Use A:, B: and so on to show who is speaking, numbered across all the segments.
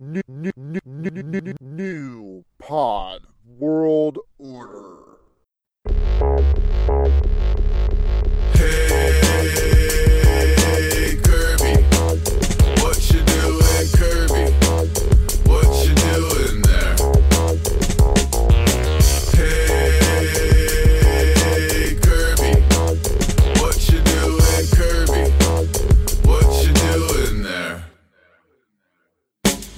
A: New, new, new, new, new, new, new pod world order.
B: Hey Kirby, what you doing, Kirby? What you doing there? Hey Kirby, what you doing, Kirby? What you doing there?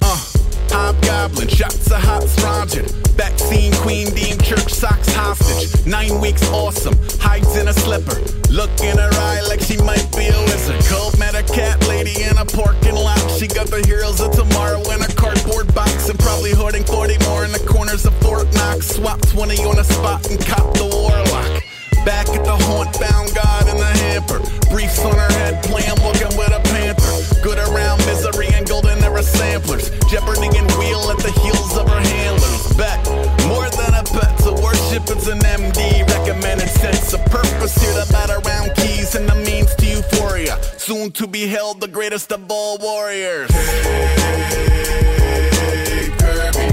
C: Uh, hobgoblin, shots of hot strongen. Vaccine queen, deemed church socks hostage. Nine weeks awesome, hides in a slipper. Look in her eye like she might be a lizard. Cult met a cat lady in a parking lot. She got the heroes of tomorrow in a cardboard box. And probably hoarding 40 more in the corners of Fort Knox. Swap 20 on a spot and cop the warlock. Back at the haunt, found God in the hamper. Briefs on her head, playing walking with a panther. Good around misery and golden era samplers. Jeopardy and wheel at the heels of her handlers. Bet more than a bet to worship, it's an MD. Recommended sense of purpose here to bat around keys and the means to euphoria. Soon to be held the greatest of all warriors.
B: Hey Kirby,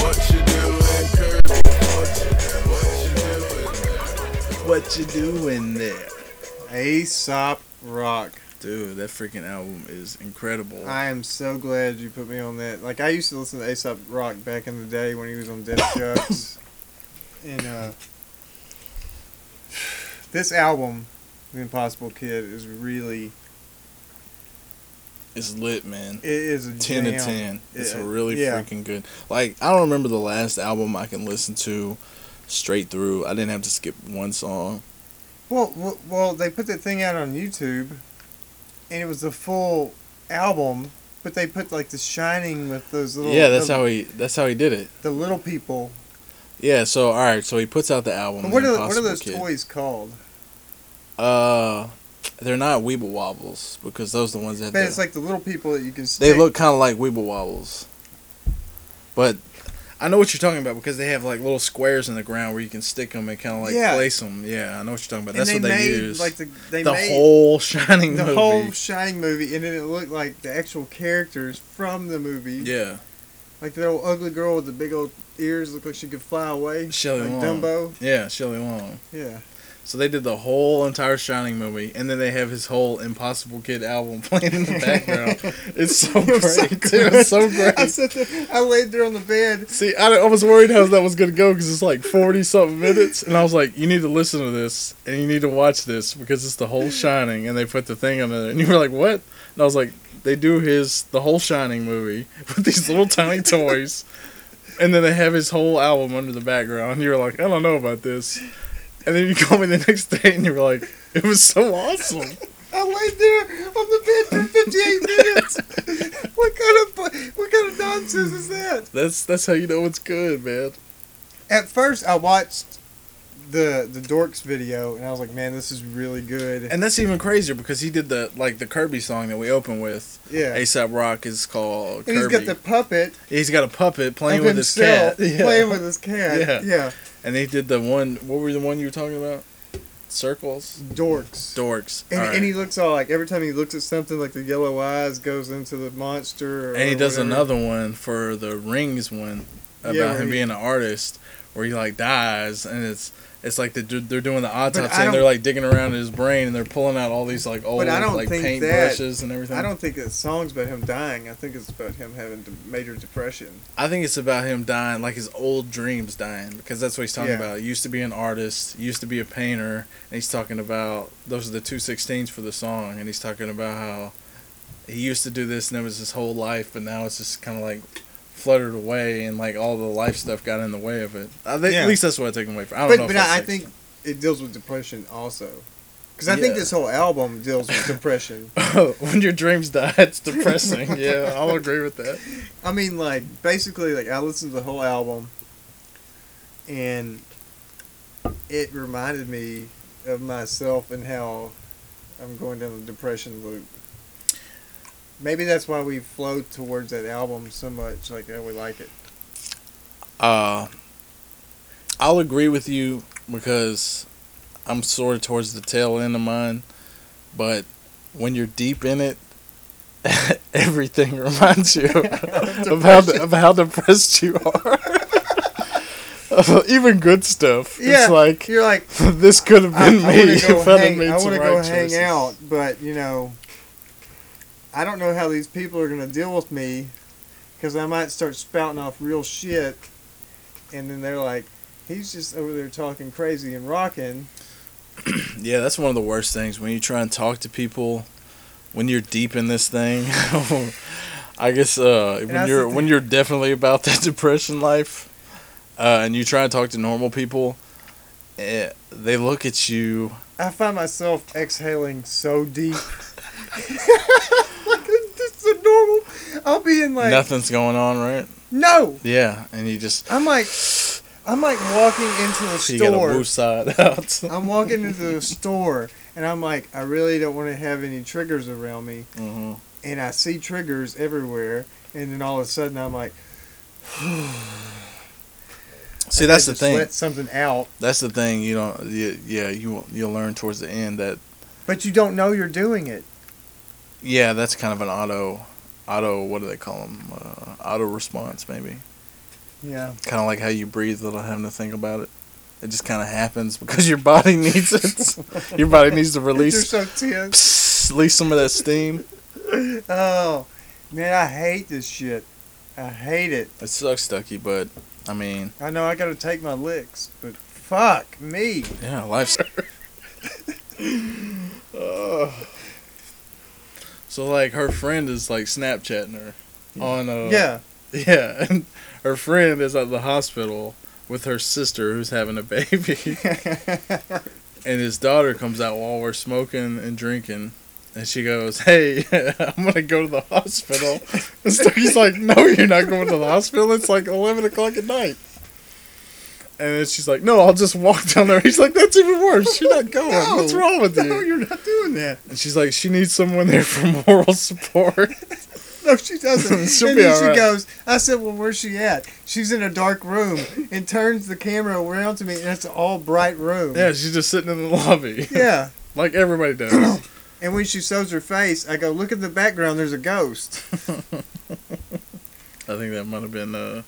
B: what you doing, Kirby? What you doing there?
D: What you doing there?
E: Aesop Rock.
D: Dude, that freaking album is incredible.
E: I am so glad you put me on that. Like I used to listen to Aesop Rock back in the day when he was on Death Jux. and uh this album, The Impossible Kid, is really
D: it's lit, man.
E: it is a
D: ten to
E: jam.
D: ten. It's
E: Yeah,
D: really
E: yeah.
D: freaking good. Like I don't remember the last album I can listen to straight through. I didn't have to skip one song.
E: Well, well, well, they put that thing out on YouTube, and it was the full album, but they put like The Shining with those little
D: yeah, that's
E: the,
D: how he. That's how he did it.
E: the little people.
D: Yeah. So all right. So he puts out the album.
E: what
D: The
E: are what are
D: Impossible
E: those
D: Kid.
E: toys called?
D: Uh, they're not Weeble Wobbles because those are the ones that.
E: But
D: have the-
E: it's like the little people that you can.
D: They
E: stick-
D: look kind of like Weeble Wobbles. But I know what you're talking about because they have like little squares in the ground where you can stick them and kind of like
E: Yeah.
D: place them. Yeah, I know what you're talking about.
E: And
D: That's
E: they
D: what they
E: made,
D: use.
E: Like the they
D: the
E: made
D: whole Shining
E: the
D: movie.
E: whole Shining movie, and then it looked like the actual characters from the movie.
D: yeah,
E: Like the little ugly girl with the big old ears looked like she could fly away.
D: Shelley
E: like
D: Long.
E: Dumbo.
D: yeah, Shelley Long.
E: Yeah.
D: So they did the whole entire Shining movie, and then they have his whole Impossible Kid album playing in the background. it's so
E: It
D: great,
E: was so
D: dude. It's so
E: good.
D: great.
E: I sat there, I laid there on the bed.
D: See, I, I was worried how that was gonna go because it's like forty something minutes, and I was like, "You need to listen to this, and you need to watch this because it's the whole Shining." And they put the thing on there, and you were like, "What?" And I was like, "They do his the whole Shining movie with these little tiny toys, and then they have his whole album under the background." And you were like, "I don't know about this," and then you called me the next day, and you were like, "It was so awesome."
E: I laid there on the bed for 58 minutes. what kind of bu- what kind of nonsense is that?
D: That's that's how you know it's good, man.
E: At first, I watched the the Dorks video, and I was like, man, this is really good.
D: And that's even crazier because he did the like the Kirby song that we opened with.
E: yeah.
D: ASAP Rock is called
E: and he's got
D: Kirby.
E: the puppet
D: He's got a puppet playing
E: of
D: with his
E: himself
D: cat. Yeah.
E: playing with his cat.
D: Yeah.
E: Yeah.
D: And they did the one. What were the one you were talking about? Circles.
E: Dorks.
D: Dorks.
E: and,
D: Alright.
E: and he looks all like every time he looks at something like the yellow eyes goes into the monster. Or
D: And he does
E: whatever.
D: another one for the Rings one about
E: Yeah, where
D: him
E: he-
D: being an artist, where he like dies, and it's it's like they're, do- they're doing the
E: I
D: autopsy, and they're
E: don't-
D: like digging around in his brain, and they're pulling out all these like old
E: I don't
D: like
E: think
D: paint
E: that-
D: brushes and everything.
E: I don't think that song's about him dying. I think it's about him having de- major depression.
D: I think it's about him dying, like his old dreams dying, because that's what he's talking
E: Yeah.
D: about. He used to be an artist, he used to be a painter, and he's talking about those are the two sixteens for the song, and he's talking about how he used to do this and it was his whole life, but now it's just kind of like fluttered away, and like all the life stuff got in the way of it. I think,
E: Yeah.
D: At least that's what I take away from. I don't
E: But
D: know. if
E: but
D: that's
E: I, I
D: like-
E: think it deals with depression also. Because I think
D: Yeah.
E: this whole album deals with depression.
D: when your dreams die, it's depressing. yeah, I'll agree with that.
E: I mean, like basically, like I listened to the whole album, and it reminded me of myself and how I'm going down the depression loop. Maybe that's why we flow towards that album so much, like how we like it.
D: Uh, I'll agree with you because I'm sort of towards the tail end of mine, but when you're deep in it, everything reminds you of how de- of how depressed you are. Of Even good stuff.
E: Yeah,
D: It's like
E: you're like
D: this could have
E: I,
D: been
E: I
D: me
E: want to go,
D: if I'd have
E: hang,
D: made
E: I
D: some
E: wanna
D: right
E: go
D: choices.
E: hang out, but you know, I don't know how these people are gonna deal with me, because I might start spouting off real shit, and then they're like, "He's just over there talking crazy and rocking."
D: Yeah, that's one of the worst things when you try and talk to people when you're deep in this thing. I guess uh, when
E: that's
D: you're
E: the
D: when you're definitely about that depression life, uh, and you try and talk to normal people, eh, they look at you.
E: I find myself exhaling so deep. like it's just so normal. I'll be in like
D: nothing's going on, right?
E: no.
D: Yeah, and you just
E: I'm like, I'm like walking into a
D: you got a
E: store.
D: woo side out.
E: I'm walking into the store and I'm like, I really don't want to have any triggers around me.
D: hmm
E: And I see triggers everywhere. And then all of a sudden I'm like,
D: See,
E: I
D: that's the
E: had to
D: thing.
E: Let something out.
D: That's the thing. You know, yeah, yeah, you you'll learn towards the end that
E: But you don't know you're doing it.
D: yeah, that's kind of an auto, auto. What do they call them? Uh, auto response, maybe.
E: Yeah.
D: kind of like how you breathe without having to think about it. It just kind of happens because your body needs it. your body needs to
E: You're
D: release
E: so tense.
D: release some of that steam.
E: Oh, man, I hate this shit. I hate it.
D: It sucks, Ducky, but I mean,
E: I know I got to take my licks, but fuck me.
D: yeah, life's. so like her friend is like Snapchatting her on uh
E: Yeah.
D: yeah and her friend is at the hospital with her sister who's having a baby. and his daughter comes out while we're smoking and drinking. And she goes, "Hey, I'm gonna go to the hospital." And so he's like, "No, you're not going to the hospital. It's like eleven o'clock at night." And then she's like, "No, I'll just walk down there." He's like, "That's even worse. You're not going. What's wrong with
E: no,
D: you?"
E: you're not doing that.
D: And she's like, "She needs someone there for moral support."
E: No, she doesn't.
D: She'll
E: and
D: be
E: then she
D: alright.
E: goes, I said, Well, where's she at? She's in a dark room and turns the camera around to me, and it's an all bright room.
D: yeah, she's just sitting in the lobby,
E: Yeah.
D: like everybody does.
E: And when she shows her face, I go, Look at the background, there's a ghost.
D: I think that might have been uh,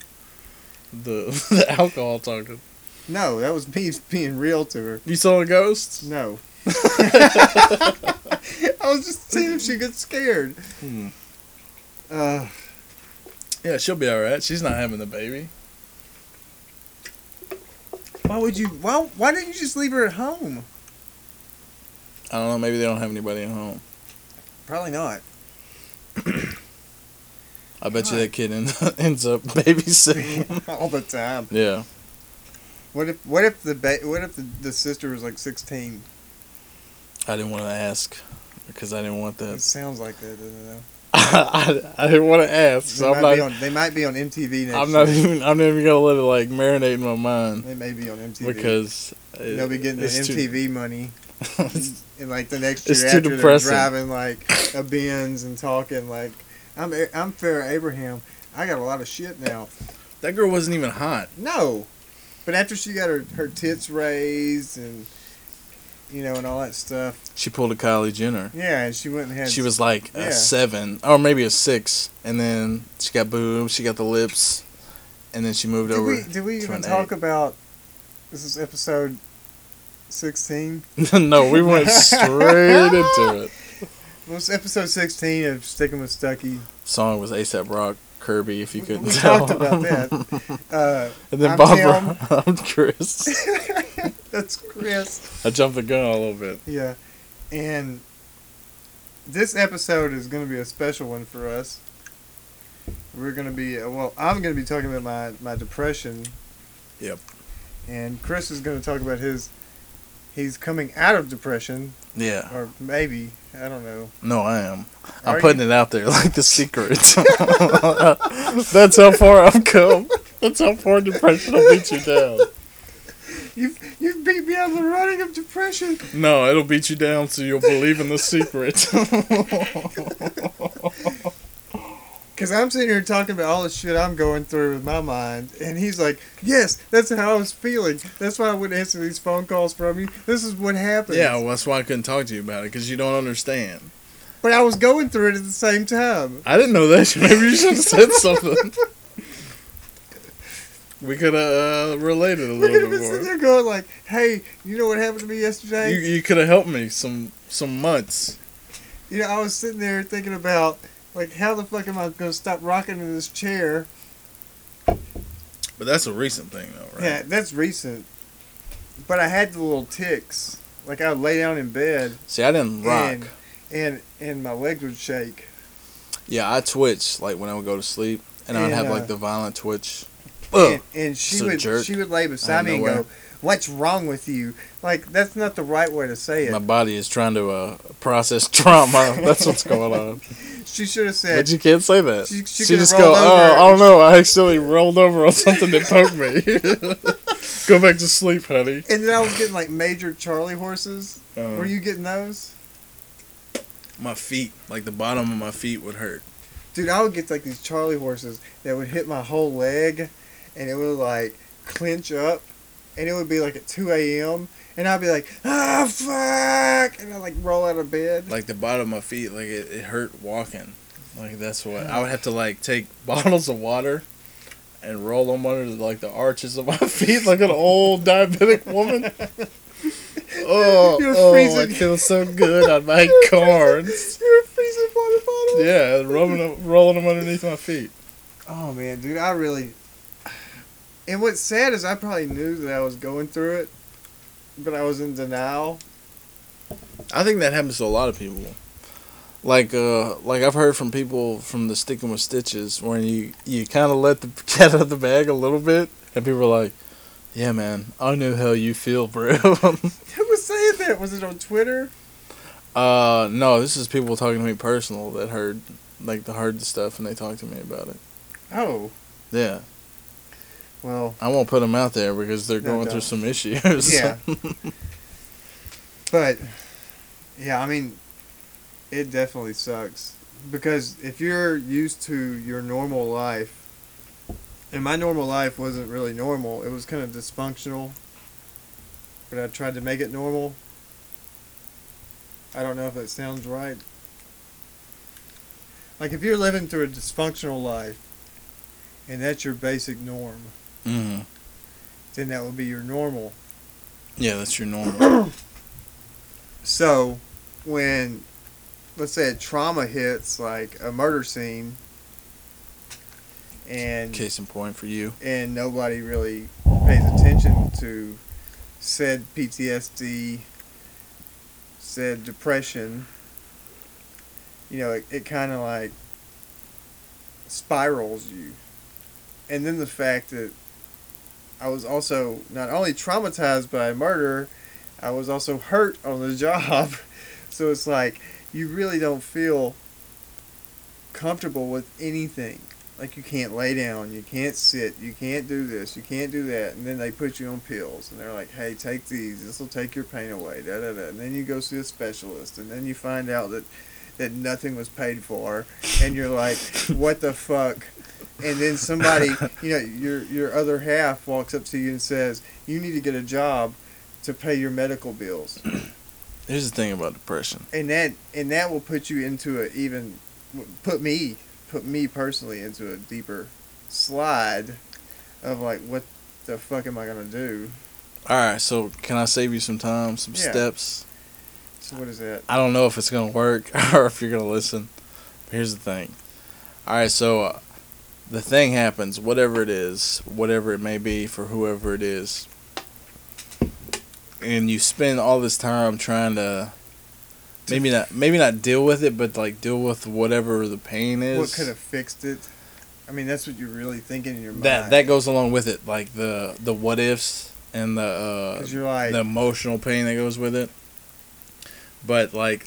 D: the the alcohol talking.
E: No, that was me being real to her.
D: You saw a ghost?
E: No. I was just seeing if she gets scared.
D: Hmm.
E: Uh,
D: Yeah, she'll be all right. She's not having the baby.
E: why would you? Why, why didn't you just leave her at home?
D: I don't know. Maybe they don't have anybody at home.
E: Probably not.
D: I bet you
E: God.
D: that kid end, ends up babysitting.
E: all the time.
D: yeah.
E: What if? What if the ba- What if the, the sister was like sixteen?
D: I didn't want to ask because I didn't want
E: It
D: that.
E: sounds like that, doesn't it?
D: I, I didn't want to ask.
E: They,
D: So I'm
E: might
D: not.
E: be on, they might be on MTV next
D: I'm not
E: year.
D: even. I'm never gonna let it like marinate in my mind
E: They may be on MTV.
D: because it-
E: They'll be getting the
D: it's too-
E: MTV money. and like the next year
D: It's too
E: after they're
D: depressing.
E: driving like a Benz and talking like, I'm, A- I'm Farrah Abraham. I got a lot of shit now.
D: that girl wasn't even hot.
E: No. But after she got her, her tits raised and, you know, and all that stuff.
D: She pulled a Kylie Jenner.
E: Yeah, and she went and had.
D: She was like
E: Yeah.
D: a seven or maybe a six, and then she got boobed. She got the lips, and then she moved
E: Did
D: over.
E: we, did we
D: to
E: even
D: an
E: talk about. This is episode 16?
D: no, we went straight into it.
E: Well, it's episode 16 of Sticking with Stucky.
D: Song was ASAP Rock, Kirby, if you
E: We,
D: couldn't
E: we
D: tell.
E: talked about that. Uh,
D: and then
E: I'm
D: Bob,
E: Tim.
D: Ro- I'm Chris.
E: that's Chris.
D: I jumped the gun a little bit.
E: Yeah. And this episode is going to be a special one for us. We're going to be, uh, well, I'm going to be talking about my, my depression.
D: Yep.
E: And Chris is going to talk about his, he's coming out of depression,
D: Yeah,
E: or maybe, I don't know.
D: no, I am.
E: Are
D: I'm putting it out there like the secret. That's how far I've come. That's how far depression will beat you down.
E: You've, you've beat me out of the running of depression.
D: No, it'll beat you down so you'll believe in the secret.
E: Cause I'm sitting here talking about all the shit I'm going through with my mind, and he's like, "Yes, that's how I was feeling. That's why I wouldn't answer these phone calls from you. This is what happened."
D: yeah, well, that's why I couldn't talk to you about it because you don't understand.
E: But I was going through it at the same time.
F: I didn't know that. Maybe you should have said something. We could have uh, related a
E: We could
F: little bit
E: have been sitting
F: more.
E: there going like, "Hey, you know what happened to me yesterday?
F: You, you could have helped me some some months.
E: you know, I was sitting there thinking about like how the fuck am I gonna stop rocking in this chair?
F: But that's a recent thing, though, right?
E: Yeah, that's recent. But I had the little ticks. Like I would lay down in bed
D: See, I didn't rock.
E: and and and my legs would shake.
D: Yeah, I twitch like when I would go to sleep, and I'd
E: And,
D: have
E: uh,
D: like the violent twitch.
E: And,
D: Ugh.
E: and she
D: It's a
E: would
D: jerk.
E: she would lay beside me and
D: nowhere.
E: go, What's wrong with you? Like that's not the right way to say it.
D: My body is trying to uh, process trauma. That's what's going on.
E: she should have
D: But
E: said
D: you can't say that.
E: She-
D: She,
E: she could've
D: just go,
E: rolled over.
D: oh, I don't know. I accidentally
F: Rolled over on something that poked me. Go back to sleep, honey.
E: and then I was getting like major Charlie horses.
F: Uh,
D: Um,
E: Were you getting those?
F: my feet, like the bottom of my feet, would hurt.
E: Dude, I would get like these Charlie horses that would hit my whole leg, and it would like clench up, and it would be like at two a.m. and I'd be like, ah fuck, and I like roll out of bed.
F: like the bottom of my feet like it, it hurt walking like that's what i would have to like take bottles of water and roll them under the, like the arches of my feet like an old diabetic woman oh
E: You're
F: oh i
E: freezing.
F: feel so good on my corns
E: You're a freezing water bottle.
F: yeah rubbing them, rolling them underneath my feet
E: Oh man, dude, I really. And what's sad is I probably knew that I was going through it, but I was in denial.
F: i think that happens to a lot of people
D: like uh like I've heard from people from the sticking with stitches when you you kind of let the cat out of the bag a little bit and people are like, yeah man, I know how you feel, bro.
E: Who was saying that? Was it on Twitter?
D: uh no, this is people talking to me personal that heard like the heard the stuff and they talked to me about it.
E: Oh,
D: Yeah,
E: well,
D: I won't put them out there because they're
E: No,
D: going
E: don't.
D: through some issues.
E: Yeah. but yeah, I mean, it definitely sucks because if you're used to your normal life, and my normal life wasn't really normal, it was kind of dysfunctional, but I tried to make it normal. I don't know if that sounds right. Like if you're living through a dysfunctional life and that's your basic norm,
D: hmm
E: then that would be your normal.
D: Yeah, that's your normal.
E: So, when let's say a trauma hits, like a murder scene, and
D: Case in point for you.
E: and nobody really pays attention to said PTSD, said depression, you know, it, it kind of like spirals you. And then the fact that I was also not only traumatized by a murder, I was also hurt on the job. So it's like you really don't feel comfortable with anything like you can't lay down, you can't sit, you can't do this, you can't do that, and then they put you on pills, and they're like, hey, take these, this will take your pain away, da da da, and then you go see a specialist, and then you find out that that nothing was paid for, and you're like, what the fuck. And then somebody, you know, your your other half walks up to you and says, "You need to get a job to pay your medical bills,"
D: Here's the thing about depression.
E: and that and that will put you into a even put me put me personally into a deeper slide of like what the fuck am I gonna do?
D: All right, so can I save you some time, some
E: Yeah.
D: steps?
E: So what is that?
D: I don't know if it's gonna work or if you're gonna listen. But here's the thing. All right, so uh, the thing happens, whatever it is, whatever it may be for whoever it is, and you spend all this time trying to maybe not maybe not deal with it, but like deal with whatever the pain is.
E: What could have fixed it? I mean, that's what you're really thinking in your mind.
D: that that goes along with it, like the the what ifs and the uh,
E: 'Cause you're like,
D: the emotional pain that goes with it. But like,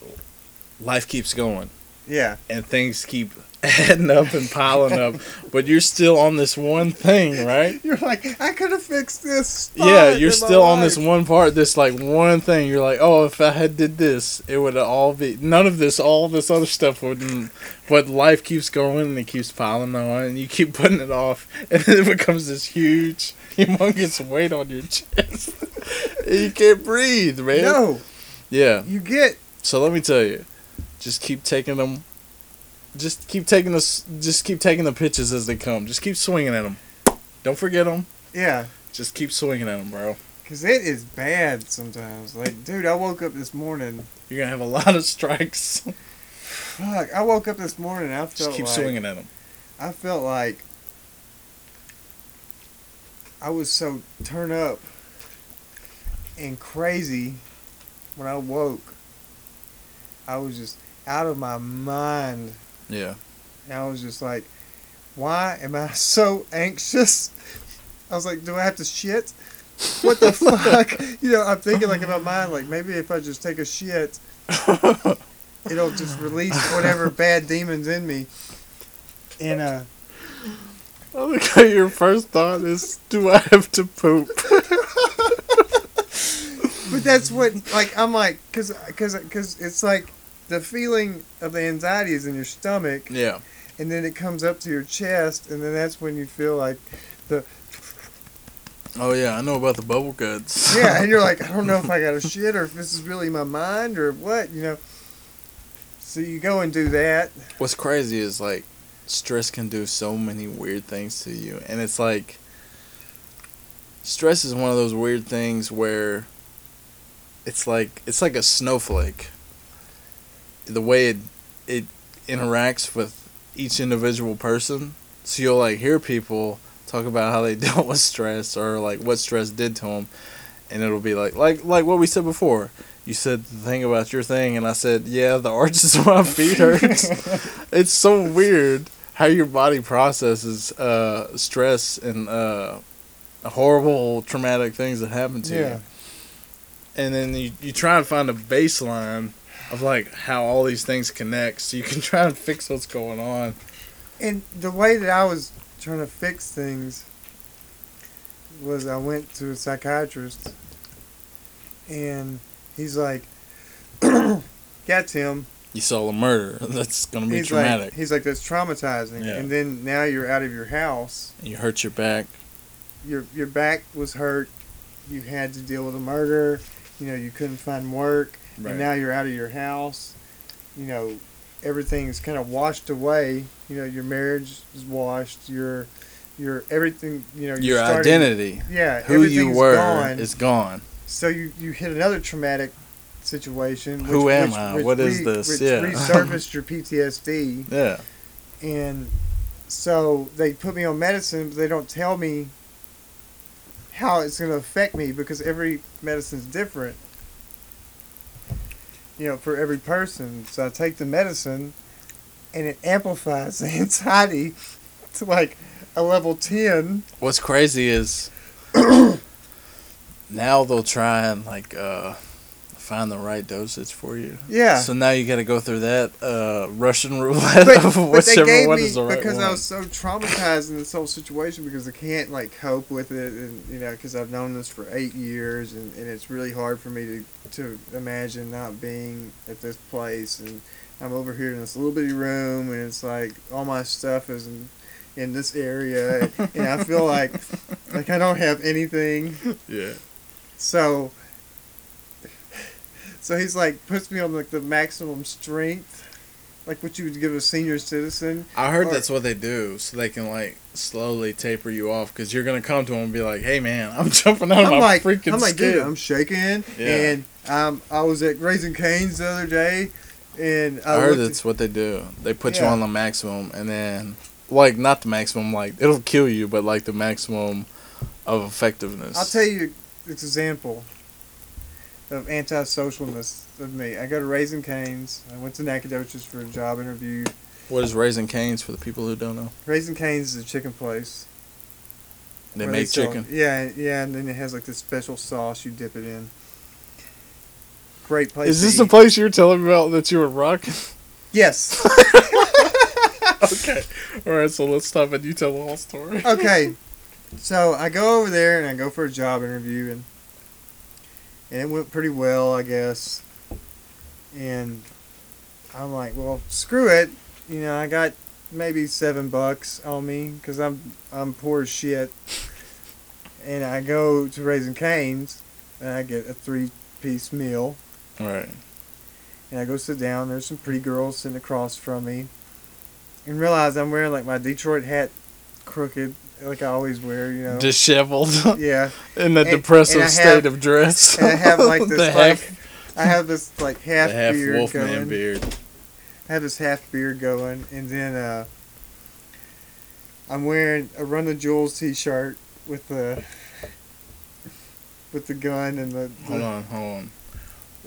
D: life keeps going.
E: yeah,
D: and things keep adding up and piling up, but you're still on this one thing, right?
E: you're like, I could have fixed this. spot
D: Yeah, you're
E: in my
D: still on this
E: life."
D: one part, this like one thing. You're like, oh, if I had did this, it would all be none of this, all this other stuff wouldn't. But life keeps going and it keeps piling on, and you keep putting it off, and then it becomes this huge, humongous weight on your chest. you can't breathe, man.
E: No,
D: Yeah.
E: you get
D: So let me tell you, Just keep taking them. Just keep taking the just keep taking the pitches as they come. Just keep swinging at them. Don't forget them.
E: Yeah,
D: Just keep swinging at them, bro.
E: because it is bad sometimes. Like, dude, I woke up this morning.
D: You're gonna have a lot of strikes.
E: Fuck, I woke up this morning. and I felt
D: Just keep
E: like
D: swinging at them.
E: I felt like I was so turned up and crazy when I woke. I was just out of my mind.
D: Yeah.
E: And I was just like, why am I so anxious? I was like, do I have to shit? What the fuck? You know, I'm thinking like in my mind, like maybe if I just take a shit, it'll just release whatever bad demons in me. And uh,
D: I look how your first thought is, do I have to poop?
E: but that's what like I'm like, cause, cause, cause it's like the feeling of the anxiety is in your stomach,
D: Yeah.
E: and then it comes up to your chest, and then that's when you feel like,
D: Oh yeah, I know about the bubble guts.
E: yeah, and you're like, I don't know if I got a shit or if this is really my mind or what, you know. So you go and do that.
D: What's crazy is like stress can do so many weird things to you and it's like stress is one of those weird things where it's like it's like a snowflake. The way it it interacts with each individual person. So you'll like hear people talk about how they dealt with stress or like what stress did to them and it'll be like like like what we said before. You said the thing about your thing and I said, "Yeah, the arches of my feet hurts." it's so weird how your body processes uh, stress and uh, horrible traumatic things that happen to
E: Yeah.
D: you. And then you, you try and find a baseline of like how all these things connect so you can try and fix what's going on.
E: And the way that I was trying to fix things was I went to a psychiatrist and he's like that's him.
D: You saw a murder. That's going to be
E: He's
D: traumatic.
E: like he's like that's traumatizing.
D: Yeah.
E: And then now you're out of your house.
D: you hurt your back.
E: Your your back was hurt. You had to deal with a murder. You know, you couldn't find work. And now you're out of your house. You know, everything's kind of washed away. You know, your marriage is washed. Your your everything, you know, you
D: your
E: started-
D: identity,
E: Yeah,
D: who you
E: everything's
D: were,
E: gone.
D: is gone.
E: So you, you hit another traumatic situation.
D: Who am I? What is this?
E: Which
D: Yeah.
E: resurfaced your PTSD,
D: Yeah.
E: and so they put me on medicine, but they don't tell me how it's going to affect me because every medicine's different. You know, for every person. So I take the medicine, and it amplifies the anxiety to like a level ten.
D: What's crazy is now they'll try and like uh, find the right dosage for you.
E: Yeah.
D: So now you got to go through that uh, Russian roulette
E: but, but
D: of
E: they
D: whichever
E: gave
D: one
E: me
D: is the right
E: because
D: one.
E: I was so traumatized in this whole situation because I can't like cope with it, and you know, because I've known this for eight years, and, and it's really hard for me to to imagine not being at this place, and I'm over here in this little bitty room, and it's like all my stuff is in, in this area, and I feel like like I don't have anything.
D: yeah.
E: So, so he's like puts me on like the maximum strength, like what you would give a senior citizen.
D: I heard
E: Or-
D: that's what they do, so they can like slowly taper you off because you're gonna come to them and be like, "Hey, man, I'm jumping out of
E: I'm
D: my
E: like,
D: freaking
E: I'm like, dude,
D: skin."
E: I'm shaking,
D: Yeah.
E: and um, I was at Raising Cane's the other day, and I,
D: I heard
E: looked
D: that's what they do. They put you
E: Yeah.
D: on the maximum, and then, like, not the maximum, like it'll kill you, but like the maximum of effectiveness.
E: I'll tell you an example of antisocialness of me. I go to Raising Cane's. I went to Nacogdoches for a job interview.
D: What is raising canes for the people who don't know?
E: Raising Cane's is a chicken place.
D: They
E: where
D: make
E: sell-
D: chicken.
E: Yeah, yeah, and then it has like this special sauce you dip it in. Great place.
D: Is
E: to
D: this
E: eat.
D: the place you were telling me about that you were rocking?
E: Yes.
D: okay. All right, so let's stop and you tell the whole story.
E: okay. So I go over there and I go for a job interview and and it went pretty well, I guess. And I'm like, well, screw it. You know, I got maybe seven bucks on me because I'm I'm poor as shit. And I go to Raising Cane's and I get a three piece meal.
D: All right.
E: And I go sit down. There's some pretty girls sitting across from me. And realize I'm wearing like my Detroit hat crooked, like I always wear, you know.
G: disheveled
E: yeah.
G: in a
E: And-
G: depressive
E: and I
G: state
E: have-
G: of dress.
E: And I have like
G: The
E: this like
G: half-
E: I have this like half,
D: The half
E: beard
D: Wolfman
E: going.
D: beard.
E: I have this half beard going, and then uh, I'm wearing a Run the Jewels t-shirt with the with the gun and the, the
D: Hold on, hold on.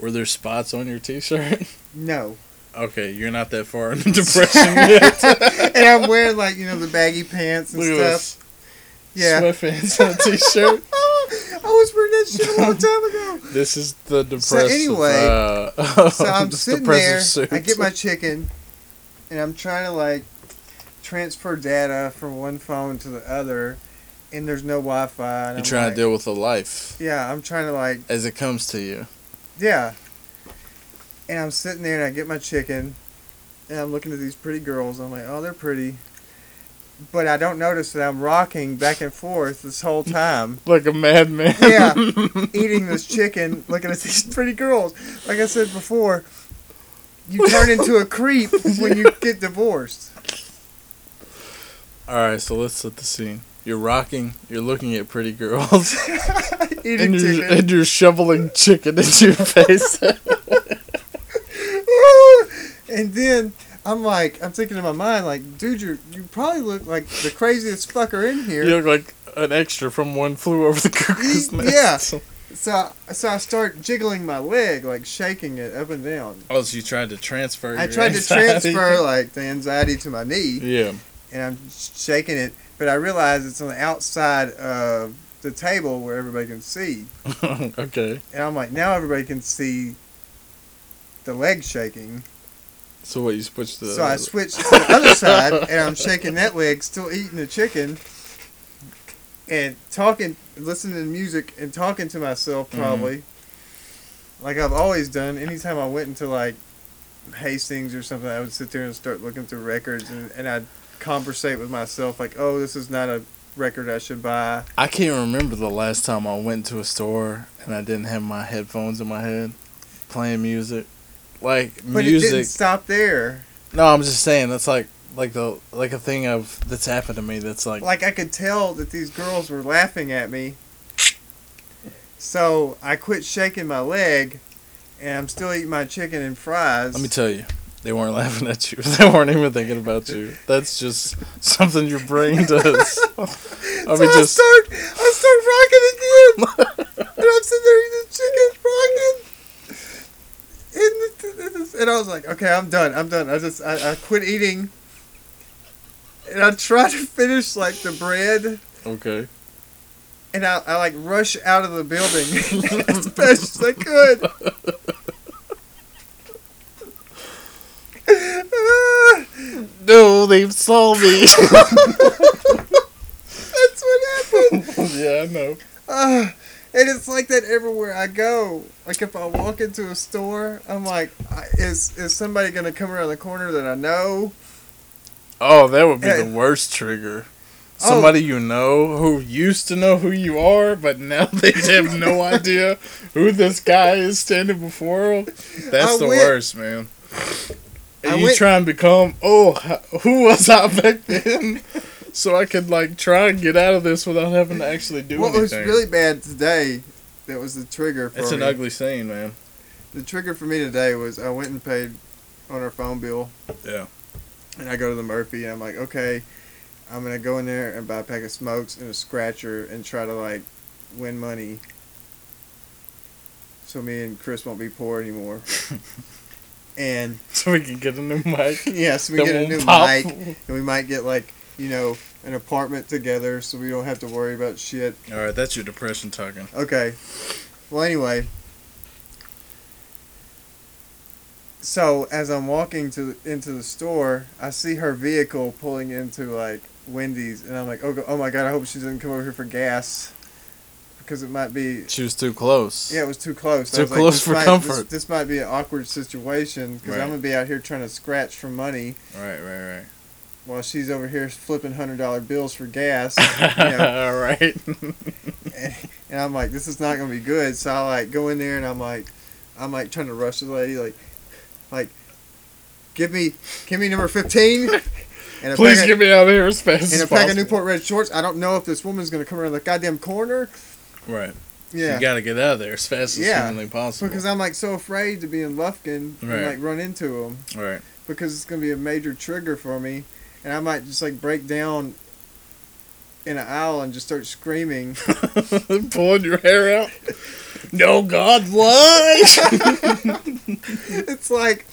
D: Were there spots on your t-shirt?
E: no,
D: Okay, you're not that far in the depression yet.
E: and I'm wearing like you know the baggy pants and
D: Look at
E: stuff.
D: this.
E: Yeah,
D: Sweatpants on a t-shirt.
E: I was wearing that shit a long time ago.
D: This is the depressive.
E: anyway,
D: uh,
E: So I'm
D: this
E: sitting there.
D: depressive suit.
E: I get my chicken, and I'm trying to like transfer data from one phone to the other, and there's no Wi-Fi. And
D: You're
E: I'm
D: trying
E: like-
D: to deal with the life
E: Yeah, I'm trying to like
D: as it comes to you.
E: Yeah. And I'm sitting there and I get my chicken and I'm looking at these pretty girls. I'm like, oh, they're pretty. But I don't notice that I'm rocking back and forth this whole time.
G: like a madman.
E: Yeah. eating this chicken, looking at these pretty girls. Like I said before, you turn into a creep when you get divorced.
D: All right, so let's set the scene. You're rocking. You're looking at pretty girls,
E: Eating
D: and you're
E: chicken.
D: and you're shoveling chicken into your face.
E: and then I'm like, I'm thinking in my mind, like, dude, you you probably look like the craziest fucker in here.
D: you look like an extra from One Flew Over the Cuckoo's Nest.
E: Yeah. So so I start jiggling my leg, like shaking it up and down.
D: Oh, so you tried to transfer.
E: I
D: your
E: tried to
D: anxiety.
E: transfer like the anxiety to my knee,
D: Yeah.
E: and I'm shaking it, but I realize it's on the outside of the table where everybody can see,
D: okay.
E: and I'm like, now everybody can see the leg shaking.
D: So what? You switched to the.
E: So I switched to the other side, and I'm shaking that leg, still eating the chicken, and talking, listening to music, and talking to myself
D: Mm-hmm.
E: probably, like I've always done. Anytime I went into like Hastings or something, I would sit there and start looking through records, and, and I'd conversate with myself like, "Oh, this is not a record I should buy."
D: I can't remember the last time I went to a store and I didn't have my headphones in my head playing music. Like
E: But it
D: music.
E: didn't stop there.
D: No, I'm just saying that's like like the like a thing of that's happened to me that's like,
E: Like I could tell that these girls were laughing at me. So I quit shaking my leg and I'm still eating my chicken and fries.
D: let me tell you. They weren't laughing at you. They weren't even thinking about you. That's just something your brain does. I
E: so
D: mean
E: I
D: just
E: start I start rocking again. and I'm sitting there eating chicken rocking. And, the- the- the- and I was like, okay, I'm done. I'm done. I just I, I quit eating. And I try to finish like the bread.
D: okay.
E: and I, I like rush out of the building as fast as I could. Ah,
G: No, they've saw me.
E: That's what happened.
D: yeah, I know.
E: Ah, and it's like that everywhere I go. Like if I walk into a store, I'm like, I- is is somebody gonna come around the corner that I know?
D: Oh, that would be
E: Hey.
D: the worst trigger.
E: Oh.
D: Somebody you know who used to know who you are, but now they have no idea who this guy is standing before. That's
E: I
D: the
E: went-
D: worst, man. And
E: I
D: you
E: went-
D: try and become, oh, h- who was I back then? so I could like try and get out of this without having to actually do
E: What was
D: anything.
E: really bad today? That was the trigger for
D: it's
E: me.
D: an ugly scene, man.
E: The trigger for me today was I went and paid on our phone bill.
D: Yeah.
E: And I go to the Murphy and I'm like, okay, I'm gonna go in there and buy a pack of smokes and a scratcher and try to like win money. So me and Chris won't be poor anymore. and
D: So we can get a new mic.
E: yes, we
D: That
E: get a
D: won't
E: new
D: pop.
E: mic and we might get like, you know, an apartment together so we don't have to worry about shit.
D: All right, that's your depression talking.
E: Okay. Well, anyway. So as I'm walking to into the store, I see her vehicle pulling into like Wendy's, and I'm like, oh, go- oh my god, I hope she doesn't come over here for gas, because it might be.
D: She was too close.
E: Yeah, it was too close. I
D: Too
E: was like,
D: close
E: this
D: for
E: might- This,
D: comfort.
E: this might be an awkward situation because
D: Right.
E: I'm gonna be out here trying to scratch for money
D: Right, right, right.
E: while she's over here flipping hundred dollar bills for gas. you know,
D: All right.
E: and I'm like, this is not gonna be good. So I like go in there and I'm like, I'm like trying to rush the lady, like, Like, give me, give me number fifteen. And a
D: Please
E: pack
D: get me out of here as
E: of,
D: fast as
E: and a
D: possible.
E: pack of Newport Red shorts. I don't know if this woman's gonna come around the goddamn corner.
D: Right.
E: Yeah.
D: You gotta get out of there as fast as
E: Yeah.
D: humanly possible.
E: because I'm like so afraid to be in Lufkin
D: Right.
E: and like run into him
D: right.
E: because it's gonna be a major trigger for me, and I might just like break down in an aisle and just start screaming.
D: Pulling your hair out. No God, what?
E: it's like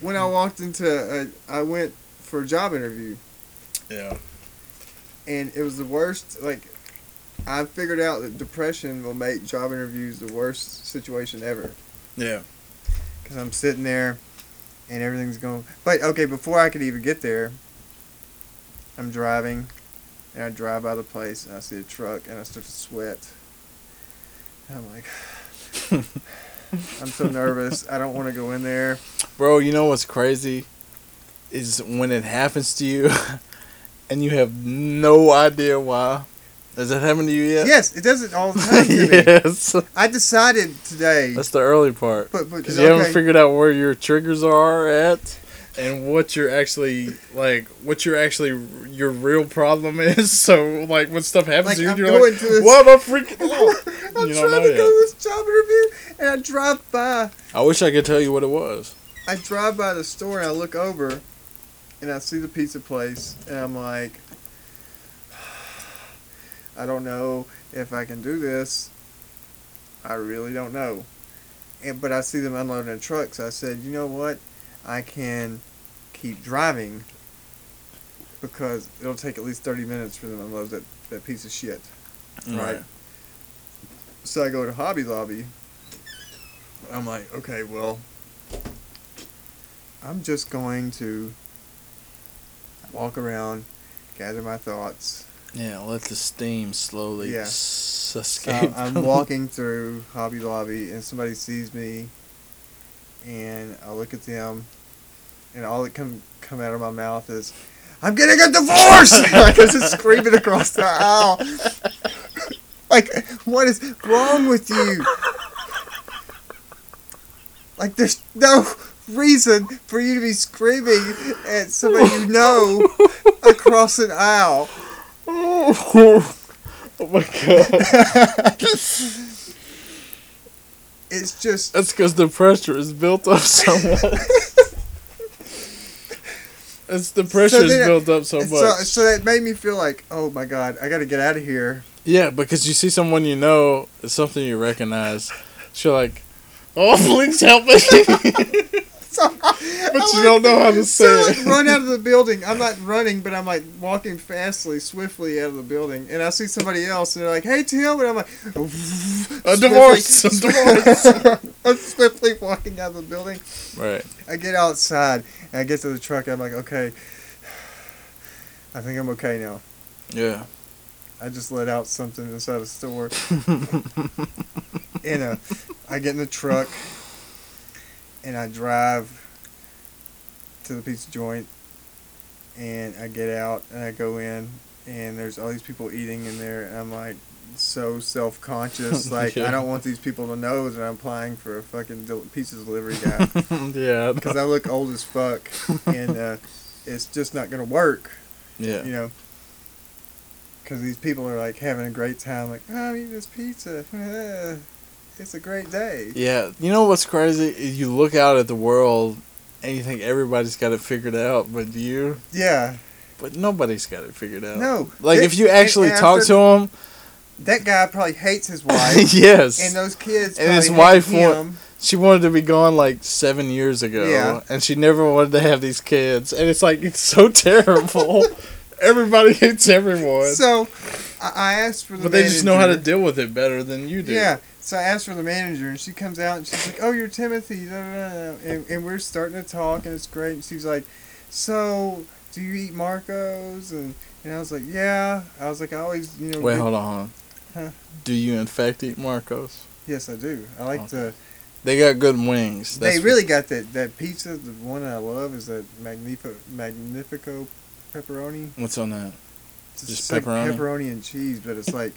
E: when I walked into a, I went for a job interview
D: yeah.
E: and it was the worst. Like I figured out that depression will make job interviews the worst situation ever
D: Yeah.
E: because I'm sitting there and everything's going. But okay, before I could even get there, I'm driving and I drive by the place and I see a truck and I start to sweat. And I'm like. I'm so nervous. I don't want to go in there.
D: Bro, you know what's crazy? Is when it happens to you and you have no idea why. Does that happen to you yet?
E: Yes, it does it all the time to me.
D: yes.
E: I decided today.
D: That's the early part.
E: But, but
D: Because you haven't
E: okay.
D: figured out where your triggers are at.
F: and what you're actually like what you're actually your real problem is so like when stuff happens
E: Like,
F: to you
E: I'm
F: you're
E: going
F: like
E: to this-
F: what am i freaking out
E: I'm
F: you don't
E: trying
F: know
E: to go
F: yet.
E: to this job interview, and I drive by.
D: I wish I could tell you what it was.
E: I drive by the store, and I look over, and I see the pizza place, and I'm like, I don't know if I can do this. I really don't know. And but I see them unloading a truck, so I said, you know what? I can keep driving because it'll take at least 30 minutes for them to unload that, that piece of shit. Right. So I go to Hobby Lobby. I'm like, okay, well, I'm just going to walk around, gather my thoughts.
D: Yeah, let the steam slowly
E: Yeah.
D: s-
E: So
D: escape.
E: I'm walking through Hobby Lobby, and somebody sees me, and I look at them, and all that come come out of my mouth is, "I'm getting a divorce!" like I was just screaming across the aisle. like, what is wrong with you? Like, there's no reason for you to be screaming at somebody you know across an aisle.
D: oh my god.
E: It's just
D: That's because the pressure is built up so much. It's the pressure is
E: then-
D: built up so much.
E: so, so that made me feel like, oh my god, I gotta get out of here.
D: Yeah, because you see someone you know, it's something you recognize. So you're like, oh, please help me.
E: So, but
D: but you don't know how to say
E: So I, like
D: it.
E: run out of the building. I'm not running, but I'm like walking fastly, swiftly out of the building, and I see somebody else, and they're like, "Hey, Tim," and I'm like,
D: A divorce. A divorce.
E: I'm swiftly walking out of the building.
D: right.
E: I get outside, and I get to the truck, and I'm like, okay, I think I'm okay now.
D: Yeah.
E: I just let out something inside a store. in a, I get in the truck, and I drive to the pizza joint, and I get out and I go in, and there's all these people eating in there, and I'm like so self conscious, like I don't want these people to know that I'm applying for a fucking del- pizza delivery guy
D: yeah.
E: because I look old as fuck, and uh, it's just not gonna work
D: Yeah.
E: you know, because these people are like having a great time, like, oh, I'm eating this pizza. it's a great day.
D: Yeah. You know what's crazy? is You look out at the world and you think everybody's got it figured out, but you,
E: Yeah.
D: but nobody's got it figured out.
E: No.
D: Like,
E: That-
D: if you actually
E: and- and
D: talk
E: after-
D: to him,
E: That guy probably hates his wife.
D: yes.
E: And those kids
D: And his
E: probably hate
D: wife wa-
E: him.
D: she wanted to be gone like seven years ago,
E: Yeah.
D: and she never wanted to have these kids, and it's like it's so terrible. Everybody hates everyone,
E: So I, I asked for the
F: but they just know how to
E: manager-
F: deal with it better than you do
E: Yeah. So I asked for the manager, and she comes out and she's like, "Oh, you're Timothy," da, da, da, da. And, and we're starting to talk, and it's great. And she's like, "So, do you eat Marcos?" And and I was like, "Yeah." I was like, "I always, you know."
D: Wait,
E: get-
D: hold on. hold on.
E: Huh?
D: Do you in fact eat Marcos?
E: Yes, I do. I like
D: Okay.
E: the
D: They got good wings.
E: they
D: That's-
E: really got that, that pizza. The one I love is that Magnifico, Magnifico pepperoni.
D: What's on that?
E: It's
D: Just
E: like
D: pepperoni?
E: pepperoni and cheese, but it's like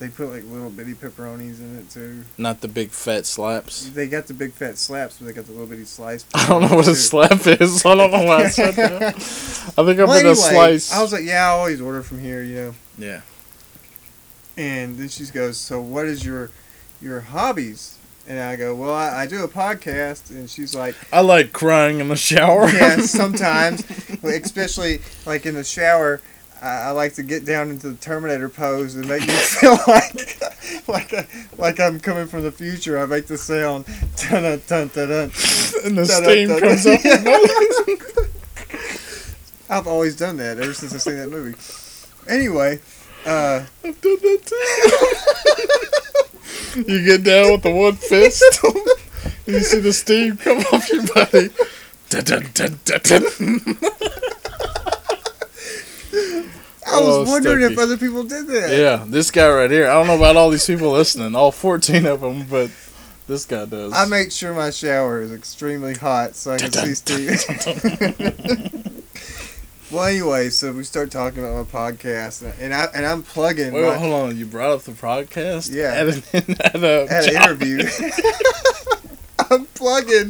E: They put like little bitty pepperonis in it too.
D: Not the big fat slaps.
E: They got the big fat slaps, but they got the little bitty slice.
D: I don't know what a
E: pepperonis, too.
D: slap is. I don't know why I said that. I think I
E: Well,
D: put
E: anyway,
D: a slice.
E: I was like, yeah, I always order from here, you know.
D: yeah.
E: And then she goes, so what is your your hobbies? And I go, well, I, I do a podcast. And she's like,
D: I like crying in the shower.
E: yeah, sometimes, especially like in the shower, I, I like to get down into the Terminator pose and make you feel like like a, like I'm coming from the future. I make the sound dun dun dun dun. dun.
D: and the
E: Dun, dun,
D: steam
E: dun,
D: comes
E: dun.
D: up. your nose.
E: I've always done that ever since I've seen that movie. Anyway, uh,
D: I've done that too. you get down with the one fist. you see the steam come off your body. Dun, dun, dun, dun, dun.
E: I was
D: Oh,
E: wondering if
D: Stokey.
E: other people did that.
D: Yeah, this guy right here. I don't know about all these people listening, all 14 of them, but this guy does.
E: I make sure my shower is extremely hot so I can see Steve. well, anyway, so we start talking about my podcast, and- and I and I'm plugging
D: Wait,
E: my,
D: wait, hold on. You brought up the podcast?
E: Yeah.
D: At an, at a
E: at an
D: job.
E: interview. I'm plugging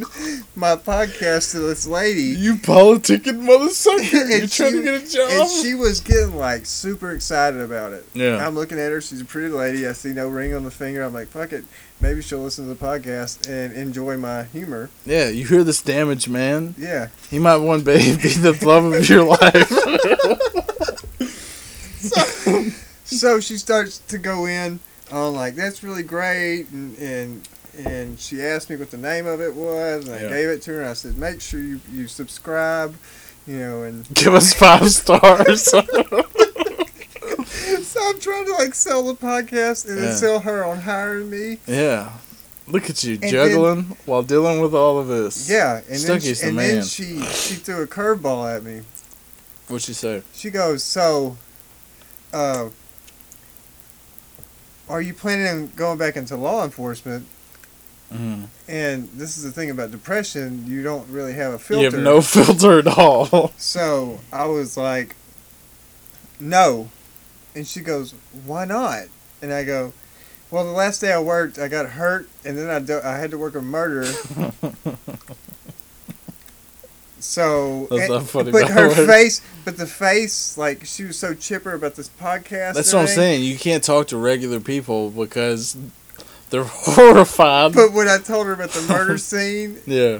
E: my podcast to this lady,
D: You politicking mother sucker.
E: And
D: you trying
E: she-
D: to get a job?
E: and she was getting like super excited about it.
D: yeah.
E: I'm looking at her; she's a pretty lady. I see no ring on the finger. I'm like, fuck it, maybe she'll listen to the podcast and enjoy my humor.
D: yeah, you hear this damage, man.
E: Yeah.
D: He might one day be the love of your life.
E: so she starts to go in on like that's really great and and and she asked me what the name of it was and I
D: Yeah.
E: gave it to her and I said make sure you, you subscribe you know and
D: Give us five stars.
E: so I'm trying to like sell the podcast and
D: Yeah.
E: then sell her on hiring me
D: yeah. Look at you
E: then-
D: juggling while dealing with all of this.
E: yeah and then she,
D: Stucky's the
E: and then
D: man.
E: she she threw a curveball at me
D: What'd you say?
E: she goes so uh are you planning on going back into law enforcement
F: Mm-hmm.
D: Mhm.
E: And this is the thing about depression, you don't really have a filter.
D: You have no filter at all.
E: So I was like, no. And she goes, why not? And I go, well, the last day I worked, I got hurt, and then I, do- I had to work a murder. so.
D: That's
E: and-
D: not funny,
E: But
D: by
E: her
D: the way.
E: face, but the face, like, she was so chipper about this podcast.
D: That's
E: and
D: what I'm
E: everything.
D: saying. You can't talk to regular people because they're horrified.
E: But when I told her about the murder scene,
D: yeah.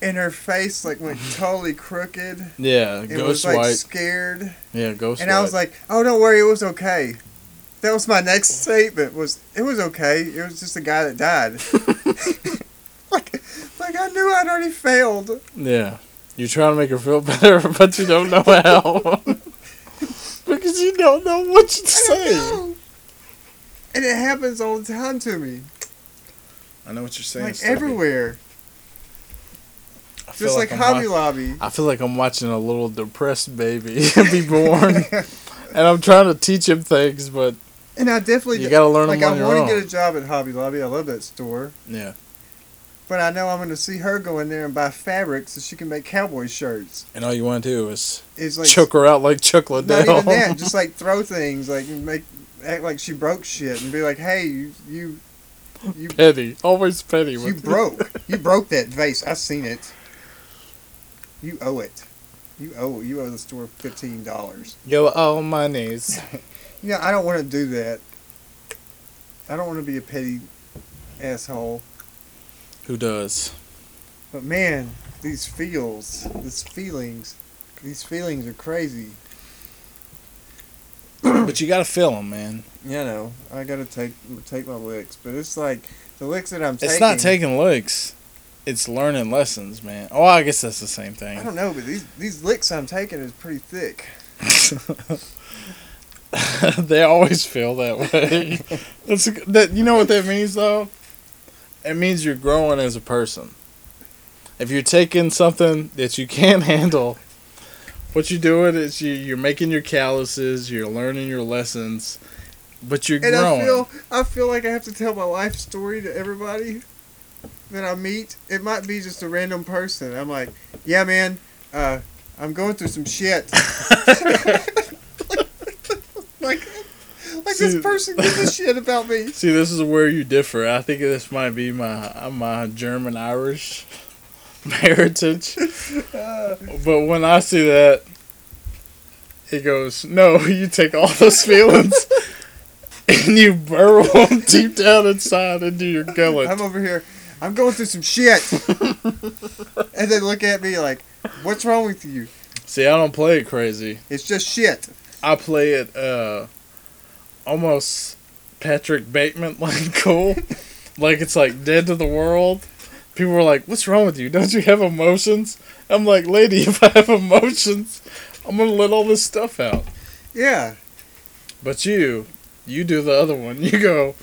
E: and her face, like, went totally crooked.
D: Yeah.
E: It
D: Ghost
E: was like
D: white.
E: scared,
D: Yeah, ghost
E: and I was like, "Oh, don't worry, it was okay." That was my next statement. Was it was okay? It was just a guy that died. like, like I knew I'd already failed.
D: Yeah. You're trying to make her feel better, but you don't know how. because you don't know what to
E: I don't
D: say.
E: know. And it happens all the time to me,
F: I know what you're saying.
E: like
F: Stevie.
E: everywhere,
D: I feel
E: just like,
D: I'm
E: Hobby
D: watch-
E: Lobby.
D: I feel like I'm watching a little depressed baby be born. and I'm trying to teach him things, but
E: And I definitely
D: You gotta learn 'em
E: Like
D: on
E: I
D: your
E: wanna
D: own.
E: get a job at Hobby Lobby. I love that store,
D: yeah.
E: but I know I'm going to see her go in there and buy fabric so she can make cowboy shirts.
D: And all you want to do is
E: It's like
D: choke her out like Chuck
E: Not
D: Liddell.
E: even that. Just like throw things, like make act like she broke shit, and be like, "Hey, you, you, you,
D: petty. Always petty.
E: you
D: with-
E: broke, you broke that vase. I seen it. You owe it. You owe you owe the store fifteen dollars.
D: Yo, oh, my knees.
E: You know, I don't want to do that. I don't want to be a petty asshole.
D: Who does?
E: But man, these feels, these feelings, these feelings are crazy.
D: but you gotta feel him, man.
E: You know, I gotta take take my licks, but it's like the licks that I'm taking.
D: It's not taking licks. It's learning lessons, man. Oh, I guess that's the same thing.
E: I don't know, but these these licks I'm taking is pretty thick.
D: they always feel that way. That's that. You know what that means, though. It means you're growing as a person. If you're taking something that you can't handle, what you're doing is you, you're making your calluses. You're learning your lessons, but you're
E: And
D: growing.
E: I feel I feel like I have to tell my life story to everybody that I meet. It might be just a random person. I'm like, yeah, man, uh, I'm going through some shit. like, Like
D: See-
E: this person gives a shit about me.
D: See, this is where you differ. I think this might be my my German Irish heritage. but when I see that, he goes, "No, you take all those feelings and you burrow them deep down inside into your gullet."
E: I'm over here. I'm going through some shit. and they look at me like, "What's wrong with you?
D: See, I don't play it crazy.
E: It's just shit."
D: I play it uh almost Patrick Bateman like cool. like it's like dead to the world. People are like, What's wrong with you? Don't you have emotions? I'm like, lady, if I have emotions, I'm gonna let all this stuff out.
E: Yeah.
D: But you you do the other one. You go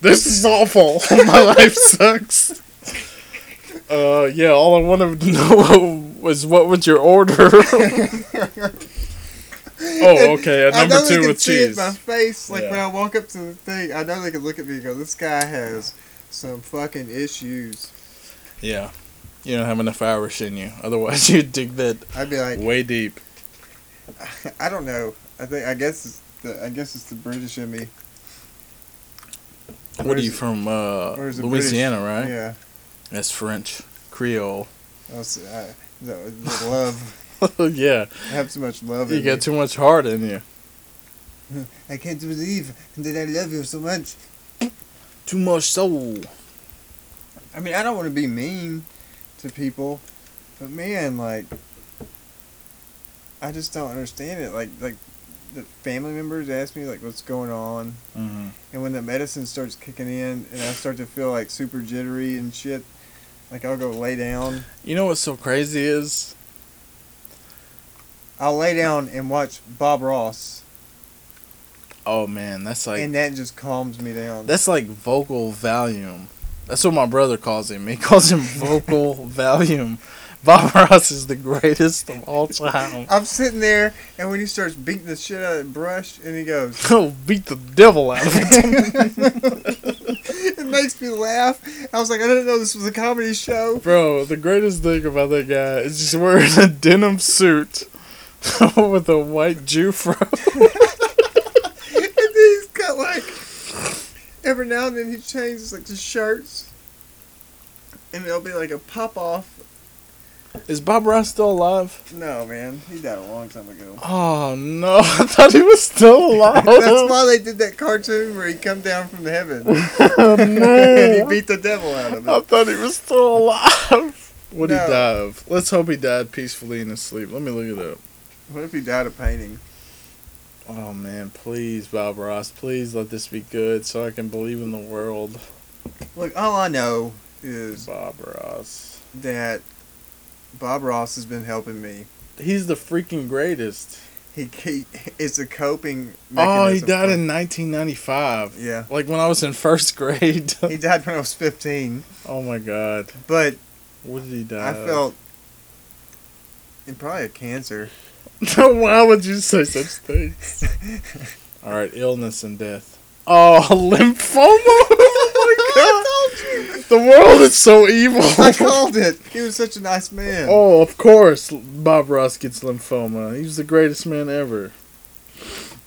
D: This is awful. My life sucks. Uh yeah, all I wanted to know was what was your order? oh, okay. At
E: I know
D: number
E: they
D: two
E: can
D: with
E: see it in
D: cheese.
E: my face, like when
D: Yeah.
E: I walk up to the thing, I know they can look at me and go, "This guy has some fucking issues."
D: Yeah. You don't have enough Irish in you. Otherwise, you'd dig that
E: I'd be like,
D: way deep.
E: I don't know. I think I guess it's the I guess it's the British in me.
D: What are
E: is
D: you
E: it-
D: from? Uh,
E: where is the
D: Louisiana, right?
E: Yeah.
D: That's French. Creole.
E: I was- I- the, the love.
D: yeah.
E: I have too much love.
D: You
E: in
D: got
E: me.
D: too much heart in you.
E: I can't believe that I love you so much.
D: Too much soul.
E: I mean, I don't want to be mean to people, but man, like, I just don't understand it. Like, like the family members ask me like, what's going on,
D: hmm
E: and when the medicine starts kicking in, and I start to feel like super jittery and shit, like I'll go lay down.
D: You know what's so crazy is?
E: I'll lay down and watch Bob Ross,
D: Oh man, that's like
E: and that just calms me down.
D: that's like vocal volume. That's what my brother calls him. He calls him vocal volume. Bob Ross is the greatest of all time.
E: I'm sitting there, and when he starts beating the shit out of the brush, and he goes.
D: He'll beat the devil out of it.
E: it makes me laugh. I was like, I didn't know this was a comedy show.
D: Bro, the greatest thing about that guy is he's wearing a denim suit with a white Jew fro.
E: and then he's got like every now and then he changes like the shirts. And it'll be like a pop off.
D: Is Bob Ross still alive?
E: No man, he died a long time ago.
D: Oh no, I thought he was still alive.
E: That's why they did that cartoon where he come down from the heaven
D: Oh,
E: and he
D: no.
E: beat the devil out of
D: I
E: it.
D: thought he was still alive. What would he
E: No.
D: die of? Let's hope he died peacefully in his sleep. Let me look it up.
E: What if he died of painting?
D: Oh man, please, Bob Ross, please let this be good so I can believe in the world.
E: Look, all I know is
D: Bob Ross.
E: that Bob Ross has been helping me.
D: He's the freaking greatest.
E: He, he it's a coping.
D: Oh, he
E: mechanism
D: died
E: for-
D: in 1995.
E: yeah.
D: Like when I was in first grade.
E: He died when I was 15,
D: oh my god.
E: but
D: What did he die?
E: I
D: of?
E: felt and probably a cancer.
D: Why would you say such things? All right, illness and death. Oh, lymphoma. oh my god. The world is so evil.
E: I called it. He was such a nice man.
D: Oh, of course, Bob Ross gets lymphoma. He's the greatest man ever.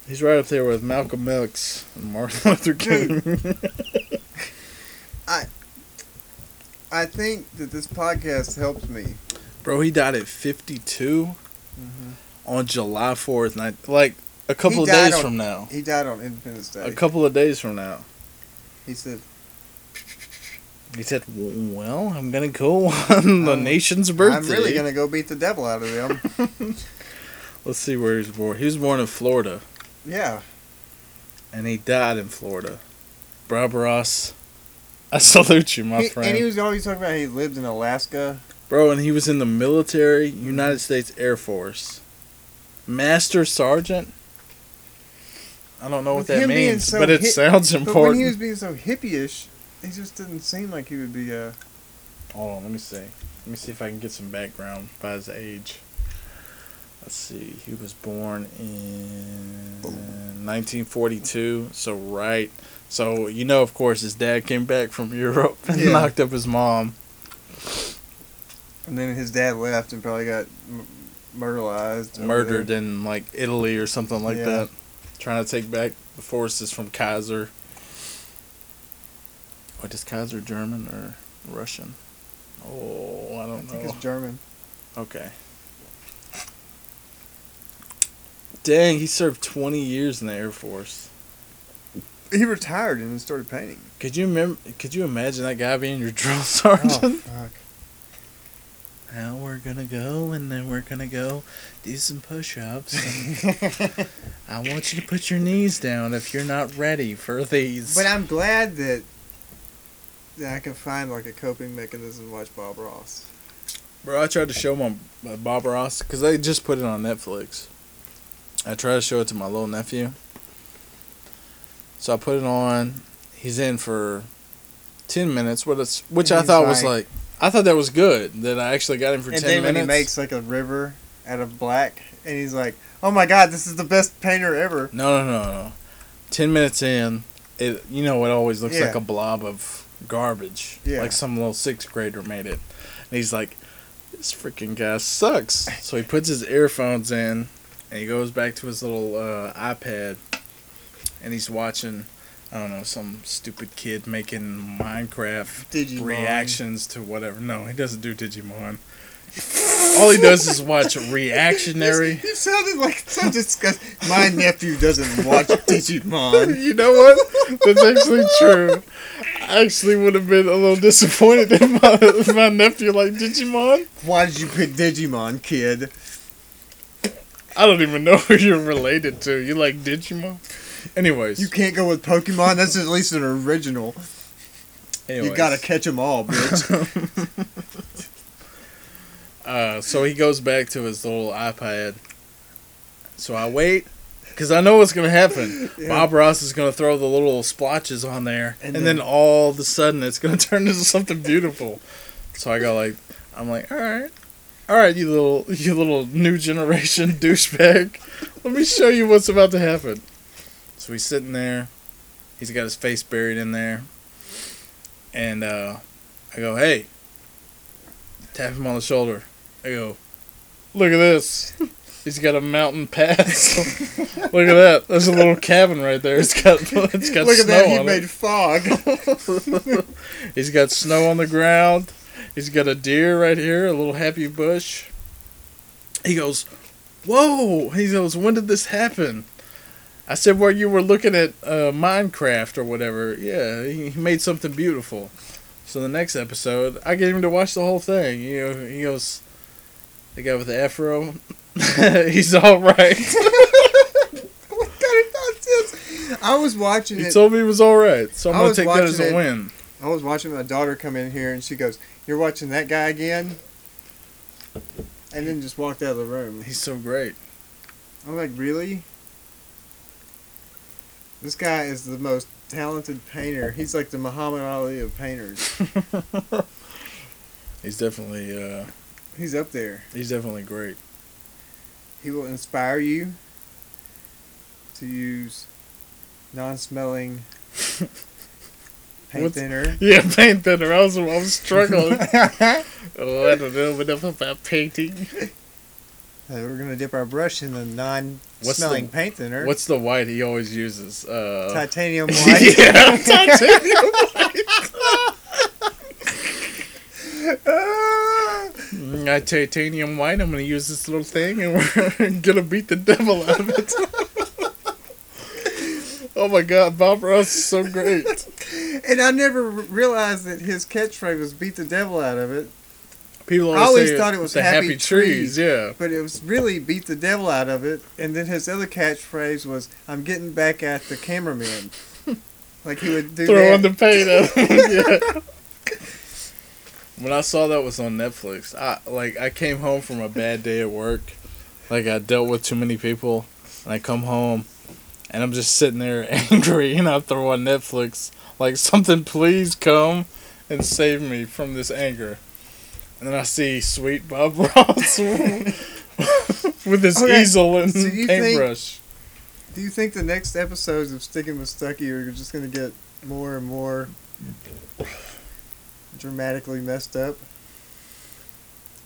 D: He's right up there with Malcolm X and Martin Luther King.
E: I think that this podcast helps me.
D: Bro, he died at 52 on July 4th, night, like a couple of
E: Mm-hmm. died
D: days
E: on-
D: from now.
E: He died on Independence
D: A
E: Day.
D: couple of days from now.
E: He said,
D: He said, "Well, I'm gonna go on the
E: Um,
D: nation's birthday."
E: "I'm really gonna go beat the devil out of them."
D: Let's see where he was born. He was born in Florida,
E: yeah,
D: and he died in Florida. Bob Ross, I salute you, my
E: He-
D: friend,
E: and he was always talking about he lived in Alaska.
D: bro. And he was in the military, United States Air Force, master sergeant. I don't know
E: With
D: what that
E: him being
D: means,
E: so
D: but it
E: hip-
D: sounds
E: But when
D: important.
E: he was being so hippie-ish, he just didn't seem like he would be uh, a.
D: Hold on, let me see. Let me see if I can get some background by his age. Let's see. He was born in 1942, so right. So you know, of course, his dad came back from Europe and
E: Yeah.
D: knocked up his mom.
E: And then his dad left and probably got m- murderized. over there.
D: murdered in like Italy or something like
E: Yeah.
D: that. trying to take back the forces from Kaiser. What is Kaiser German or Russian? Oh, I
E: I
D: don't
E: think
D: know.
E: it's German.
D: Okay. Dang, he served 20 years in the Air Force.
E: He retired and then started painting.
D: Could you remember? Could you imagine that guy being your drill sergeant?
E: fuck.
D: Oh, Now we're gonna go, and then we're gonna go do some push-ups. and I want you to put your knees down if you're not ready for these.
E: But I'm glad that, that I can find like a coping mechanism to watch Bob Ross.
D: Bro, I tried to show my, my Bob Ross because they just put it on Netflix. I tried to show it to my little nephew. So I put it on. He's in for ten minutes, what it's, which I
E: He's
D: thought was
E: like-
D: like I thought that was good that I actually got him for
E: and
D: ten
E: then when
D: minutes.
E: he makes like a river out of black, and he's like, "Oh my God, this is the best painter ever."
D: no, no, no, no. Ten minutes in, it you know it always looks
E: Yeah.
D: like a blob of garbage.
E: Yeah.
D: Like some little sixth grader made it, and he's like, "This freaking guy sucks." So he puts his earphones in, and he goes back to his little uh, iPad, and he's watching. I don't know some stupid kid making Minecraft
E: Digimon.
D: reactions to whatever. No, he doesn't do Digimon. All he does is watch reactionary.
E: You sounded like so disgusting. My nephew doesn't watch Digimon.
D: You know what? That's actually true. I actually would have been a little disappointed if my, if my nephew like Digimon.
E: Why did you pick Digimon, kid?
D: I don't even know who you're related to. You like Digimon? Anyways,
E: You can't go with Pokemon. That's at least an original. You
D: anyways.
E: gotta catch 'em all, bitch.
D: Uh, so he goes back to his little iPad. So I wait because I know what's gonna happen. Bob Ross is gonna throw the little splotches on there,
E: And
D: and, then,
E: then-
D: all of a sudden it's gonna turn into something beautiful. So I go like, I'm like, all right, all right, you little, you little new generation douchebag. Let me show you what's about to happen. So he's sitting there. He's got his face buried in there, and uh, I go, hey, tap him on the shoulder. I go, look at this. He's got a mountain pass. look at that. There's a little cabin right there. It's got it's got
E: Look
D: snow
E: at that. He
D: on
E: made
D: it.
E: fog.
D: He's got snow on the ground. He's got a deer right here, a little happy bush. He goes, "Whoa!" He goes, "When did this happen?" I said, "Well, you were looking at uh, Minecraft or whatever." Yeah, he, he made something beautiful. So the next episode, I get him to watch the whole thing. You know, he goes, "The guy with the afro, he's all right."
E: What kind of nonsense? I was watching
D: He
E: it.
D: told me he was all right, so I'm
E: I
D: gonna
E: was
D: take that as
E: watching
D: a
E: it.
D: win.
E: I was watching my daughter come in here, and she goes, "You're watching that guy again," and then just walked out of the room.
D: He's so great.
E: I'm like, "Really? This guy is the most talented painter. He's like the Muhammad Ali of painters.
D: He's definitely uh,
E: He's up there.
D: he's definitely great.
E: He will inspire you to use non-smelling paint
D: What's-
E: thinner."
D: Yeah, paint thinner. I was, I was struggling. oh, I don't know enough about painting.
E: Uh, We're gonna dip our brush in the
D: What's
E: non-smelling
D: the-
E: paint thinner.
D: What's the white he always uses? Uh,
E: titanium white?
D: yeah, titanium. Mm, I titanium white. I'm gonna use this little thing, and we're gonna beat the devil out of it. oh my God, Bob Ross is so great.
E: And I never r- realized that his catchphrase was "beat the devil out of it,"
D: People
E: I always
D: say
E: thought it was
D: the
E: happy
D: happy,
E: tree.
D: trees. Yeah.
E: but it was really "beat the devil out of it." And then his other catchphrase was "I'm getting back at the cameraman." like he would do
D: Throw
E: that.
D: on the paint up. yeah. When I saw that was on Netflix, I like I came home from a bad day at work. Like I dealt with too many people and I come home and I'm just sitting there angry and I throw on Netflix like something please come and save me from this anger. And then I see sweet Bob Ross with his
E: Okay,
D: easel and
E: so you think-
D: paintbrush.
E: do you think the next episodes of Sticking with Stucky are just gonna get more and more dramatically messed up?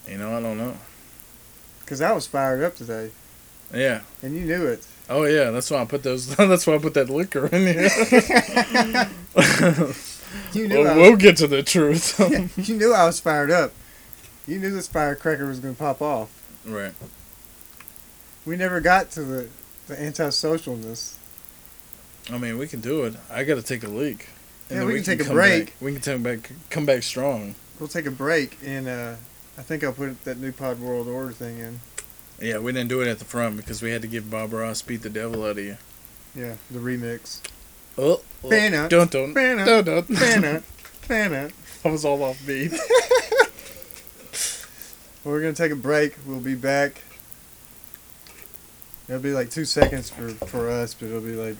D: You know, I don't know.
E: Because I was fired up today.
D: Yeah.
E: and you knew it.
D: Oh yeah. That's why I put those. That's why I put that liquor in here.
E: You knew
D: well,
E: I
D: we'll
E: was,
D: get to the truth.
E: you knew I was fired up. You knew this firecracker was going to pop off.
D: right.
E: We never got to the the antisocialness.
D: I mean, we can do it. I got to take a leak.
E: Yeah,
D: then
E: we can take a
D: come
E: break.
D: back- We can take back, come back strong.
E: We'll take a break, and uh, I think I'll put that new Pod World Order thing in.
D: Yeah, we didn't do it at the front because we had to give Bob Ross beat the devil out of you.
E: Yeah, the remix.
D: Oh,
E: Banner.
D: don't don't
E: Banner.
D: don't don't.
E: Banner, banner.
D: I was all off beat.
E: We're gonna take a break. We'll be back. It'll be like two seconds for for us, but it'll be like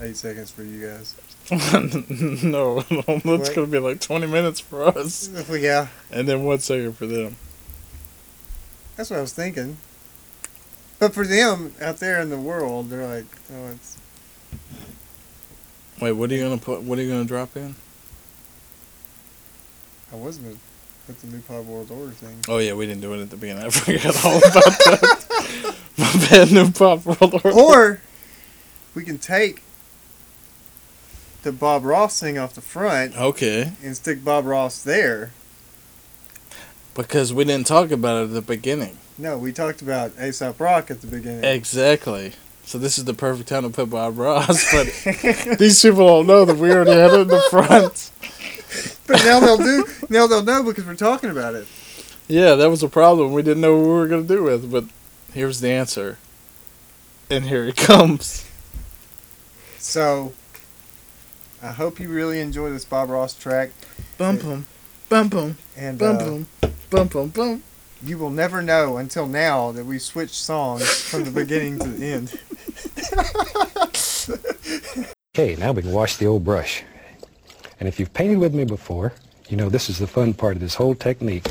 E: eight seconds for you guys.
D: no, that's
E: What?
D: gonna be like twenty minutes for us,
E: Yeah,
D: and then one second for them.
E: that's what I was thinking. But for them out there in the world, they're like, oh, it's
D: Wait, what are you gonna put? What are you gonna drop in?
E: I wasn't gonna put the new Pod World Order thing.
D: Oh yeah, we didn't do it at the beginning. I forgot all about that. My bad, new pop roller.
E: Or we can take the Bob Ross thing off the front
D: okay,
E: and stick Bob Ross there.
D: because we didn't talk about it at the beginning.
E: No, we talked about Aesop Rock at the beginning.
D: Exactly. So this is the perfect time to put Bob Ross, but these people don't know that we already had it in the front.
E: But now they'll do. Now they'll know because we're talking about it.
D: Yeah, that was a problem. We didn't know what we were gonna do with, but here's the answer. And here it comes.
E: So, I hope you really enjoy this Bob Ross track,
H: Bump 'em. Bump 'em.
E: and
H: Bump
E: uh,
H: 'em. Bump 'em. Bump.
E: you will never know until now that we switched songs from the beginning to the end.
I: Okay, now we can wash the old brush. And if you've painted with me before, you know this is the fun part of this whole technique.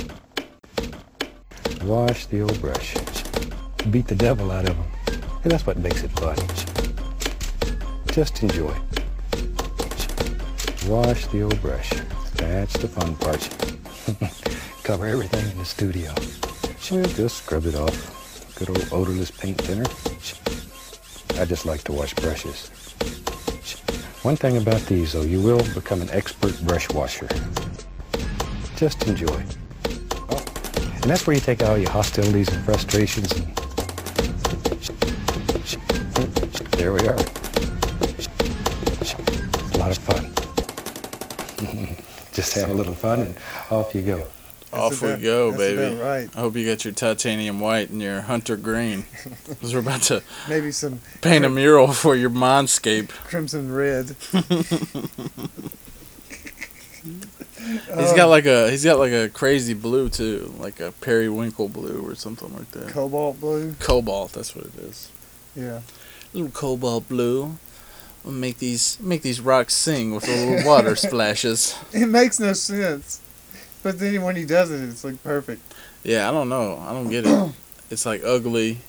I: Wash the old brush. Beat the devil out of them. And that's what makes it fun. Just enjoy. Wash the old brush. That's the fun part. Cover everything in the studio. Well, just scrub it off. Good old odorless paint thinner. I just like to wash brushes. One thing about these, though, you will become an expert brush washer. Just enjoy. Oh, And that's where you take all your hostilities and frustrations and... There we are. A lot of fun. Just have a little fun and off you go.
D: Off we
E: about-
D: go,
E: that's
D: baby.
E: about right.
D: I hope you got your titanium white and your hunter green. 'Cause we're about to
E: Maybe some
D: paint a mural for your mindscape.
E: crimson red.
D: He's got like a he's got like a crazy blue too, like a periwinkle blue or something like that.
E: Cobalt blue.
D: Cobalt, that's what it is.
E: Yeah.
D: little cobalt blue. We'll make these make these rocks sing with little water splashes.
E: It makes no sense. But then when he does it, it's like perfect.
D: Yeah, I don't know. I don't get it. It's like ugly,